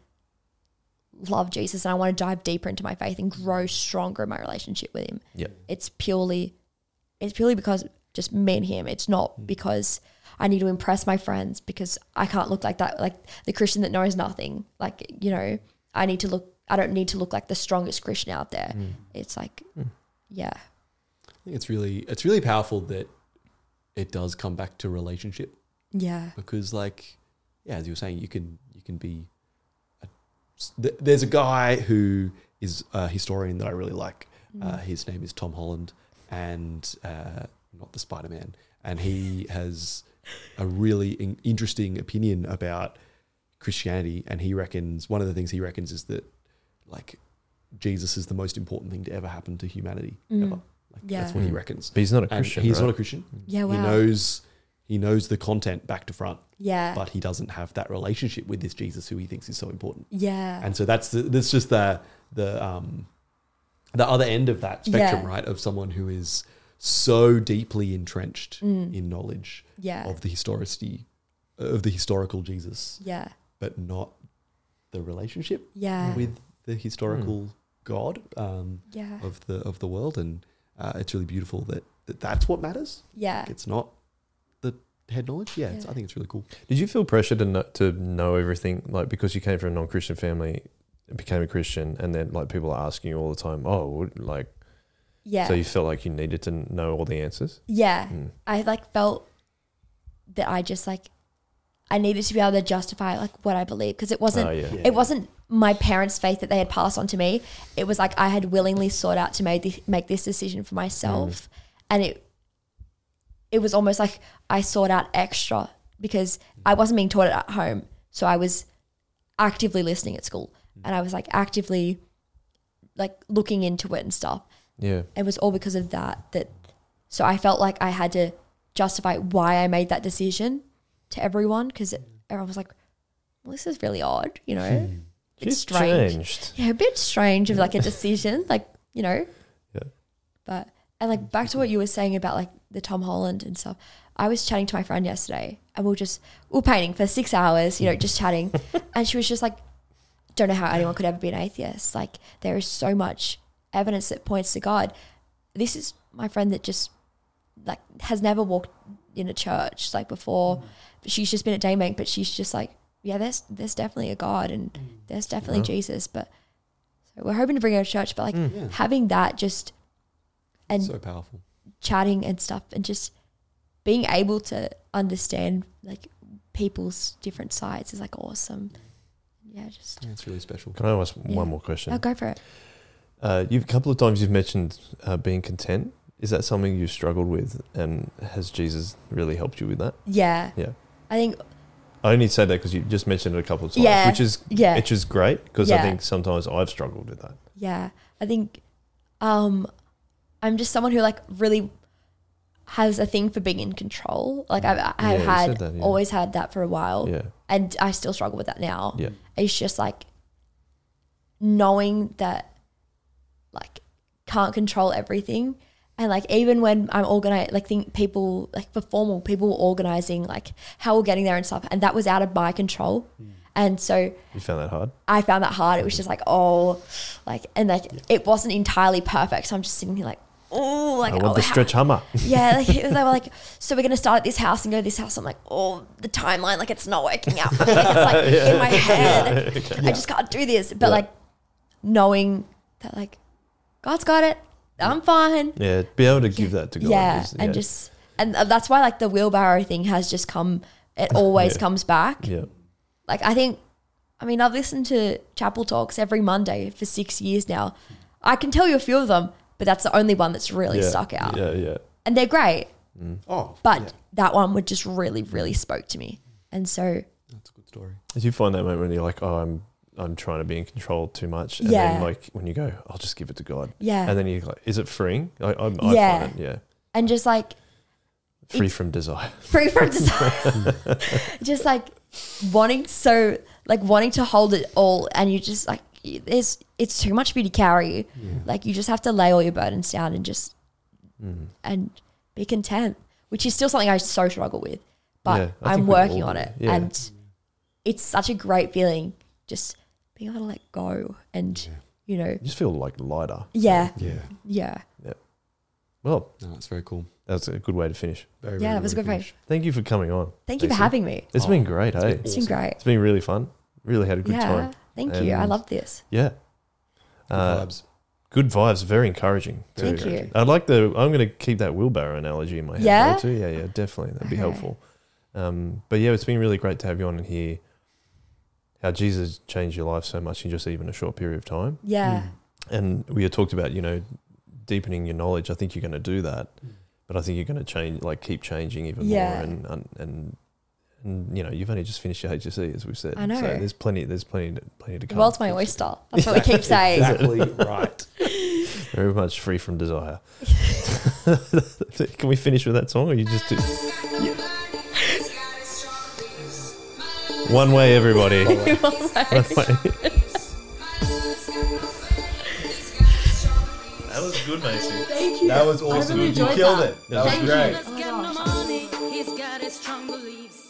C: love Jesus and I want to dive deeper into my faith and grow stronger in my relationship with him
A: Yeah.
C: it's purely it's purely because just me and him it's
A: Mm.
C: not because i need to impress my friends because i can't look like that like the christian that knows nothing like you know I need to look. I don't need to look like the strongest Christian out there.
A: Mm.
C: It's like, yeah,
B: I think it's really it's really powerful that it does come back to relationship
C: yeah,
B: because like yeah as you were saying you can you can be a, th- there's a guy who is a historian that i really like uh, his name is tom holland and uh, not the spider-man and he has a really in- interesting opinion about christianity and he reckons one of the things he reckons is that like jesus is the most important thing to ever happen to humanity ever like that's
C: Yeah.
B: what he
A: Mm.
B: reckons
A: But he's not a
B: And
A: Christian.
B: he's
A: right? Mm.
B: not a christian
C: yeah. Oh, Wow.
B: he knows he knows the content back to front
C: yeah,
B: but he doesn't have that relationship with this Jesus who he thinks is so important.
C: yeah,
B: And so that's the, that's just the the um the other end of that spectrum,
C: Yeah.
B: right? Of someone who is so deeply entrenched
C: Mm-hmm.
B: in knowledge
C: Mm. yeah,
B: of the historicity of the historical Jesus,
C: yeah,
B: but not the relationship
C: yeah,
B: with the historical God um,
C: yeah,
B: of the of the world, and uh, it's really beautiful that, that that's what matters.
C: yeah.
B: It's not the head knowledge. Yeah, It's,
C: Yeah.
B: I think it's really cool.
A: Did you feel pressure to know, to know everything, like because you came from a non-Christian family, and became a Christian, and then like people are asking you all the time, oh, what- like
C: Yeah.
A: so you felt like you needed to know all the answers.
C: yeah.
A: Mm.
C: I like felt that I just like I needed to be able to justify like what I believe because it wasn't
A: Oh, yeah.
B: Yeah.
C: it wasn't my parents' faith that they had passed on to me. It was like I had willingly sought out to make the, make this decision for myself, and it it was almost like I sought out extra because I wasn't being taught it at home, so I was actively listening at school, and I was like actively like looking into it and stuff
A: Yeah,
C: it was all because of that that so i felt like i had to justify why i made that decision to everyone because everyone was like well this is really odd you know Hmm. it's
A: She's
C: strange
A: changed.
C: yeah a bit strange of like a decision like you know
A: Yeah.
C: but and like back to what you were saying about like the tom holland and stuff i was chatting to my friend yesterday and we were just we were painting for six hours you know just chatting and she was just like don't know how anyone could ever be an atheist. Like there is so much evidence that points to God. This is my friend that just like has never walked in a church like before. She's just been at Daymake, but she's just like, yeah, there's there's definitely a God and there's definitely Jesus. But so we're hoping to bring her to church. But like
A: Mm.
B: Yeah.
C: having that just and
B: so powerful.
C: chatting and stuff and just being able to understand like people's different sides is like awesome. Yeah, just
B: Yeah, it's really special.
A: Can I ask
C: Yeah.
A: one more question?
C: oh, go for it.
A: Uh, you've a couple of times you've mentioned uh, being content. Is that something you struggled with, and has Jesus really helped you with that?
C: Yeah.
A: Yeah.
C: I think
A: I only say that because you just mentioned it a couple of times,
C: Yeah.
A: which is
C: Yeah.
A: which is great because I
C: Yeah.
A: think sometimes I've struggled with that.
C: yeah. I think um I'm just someone who like really has a thing for being in control. Like I've I have
A: Yeah, you said
C: had
A: that, yeah.
C: always had that for a while.
A: Yeah,
C: And I still struggle with that now.
A: yeah,
C: It's just like knowing that like can't control everything. And like even when I'm organized, like think people like for formal people were organizing like how we're getting there and stuff, and that was out of my control.
A: Mm.
C: And so
A: you found that hard.
C: I found that hard. It was just like, oh, like, and like, it wasn't entirely perfect. So I'm just sitting here like, oh, like,
A: I want
C: oh,
A: the
C: how-
A: stretch hammer.
C: yeah, like, it was- they were like, so we're going to start at this house and go to this house. I'm like, oh, the timeline, like, it's not working out. for me. It's like in my head. I just can't do this. But
A: Yeah.
C: like, knowing that, like, God's got it. I'm fine.
A: Yeah, be able to give that to God.
C: Yeah.
A: is-
C: And just, and uh, that's why like the wheelbarrow thing has just come, it always
A: Yeah.
C: comes back
A: yeah,
C: like I think I mean I've listened to chapel talks every Monday for 6 years now. I can tell you a few of them, but that's the only one that's really
A: yeah,
C: stuck out.
A: Yeah, yeah.
C: And they're great,
B: Oh,
C: but that one would just really really spoke to me. And so
B: that's a good story.
A: Did you find that moment when you're like, oh, I'm I'm trying to be in control too much, and
C: Yeah.
A: then like when you go, I'll just give it to God,
C: yeah.
A: and
C: And,
A: then you're like, is it freeing? I, I'm, I
C: Yeah.
A: find it, yeah,
C: just like
A: free
C: It's-
A: from desire.
C: free from desire. just like wanting so like wanting to hold it all and you just like there's it's too much for you to carry. Like you just have to lay all your burdens down and just
A: Mm.
C: and be content, which is still something I so struggle with. But
A: Yeah, I
C: I'm
A: think we
C: working
A: all
C: on
A: do.
C: it,
A: Yeah.
C: and it's such a great feeling just being able to let go and you know,
A: You just feel like lighter.
C: yeah,
B: Yeah,
C: yeah,
A: Well,
B: no, that's very cool.
A: that's a good way to finish.
B: Very,
C: yeah.
B: very,
C: That was a
B: very
C: good way.
B: finish.
A: Thank you for coming on.
C: Thank you for
A: Lacey.
C: having me.
A: It's
B: Oh,
A: been great, hey.
B: been
C: It's
B: Awesome.
C: been great.
A: It's been really fun. Really had a good
C: yeah,
A: time.
C: Thank you. I
A: And-
C: love this.
A: Yeah. Uh,
B: vibes.
A: good vibes, very encouraging. too.
C: Thank you.
A: I like the. I'm going to keep that wheelbarrow analogy in my head.
C: Yeah?
A: though, Too. Yeah, yeah, definitely. That'd be
C: Okay.
A: helpful. Um, but yeah, it's been really great to have you on and hear how Jesus changed your life so much in just even a short period of time.
B: Hmm.
C: Yeah.
A: And we had talked about, you know, deepening your knowledge. I think you're going to do that, but I think you're going to change, like, keep changing even
C: Yeah.
A: more. And, and and and you know, you've only just finished your HSC, as we said.
C: I know.
A: So there's plenty. There's plenty. Plenty to
C: The
A: come.
C: world's my oyster. That's what we keep saying.
B: Exactly right.
A: Very much free from desire. Can we finish with that song, or you just do one way, everybody? One way. That was good, Macy.
C: Thank you.
B: That was awesome.
C: really
B: you
C: enjoyed
B: killed
C: that.
B: it. That was
C: Thank you.
B: great.
E: Let's get no money. He's got his strong beliefs.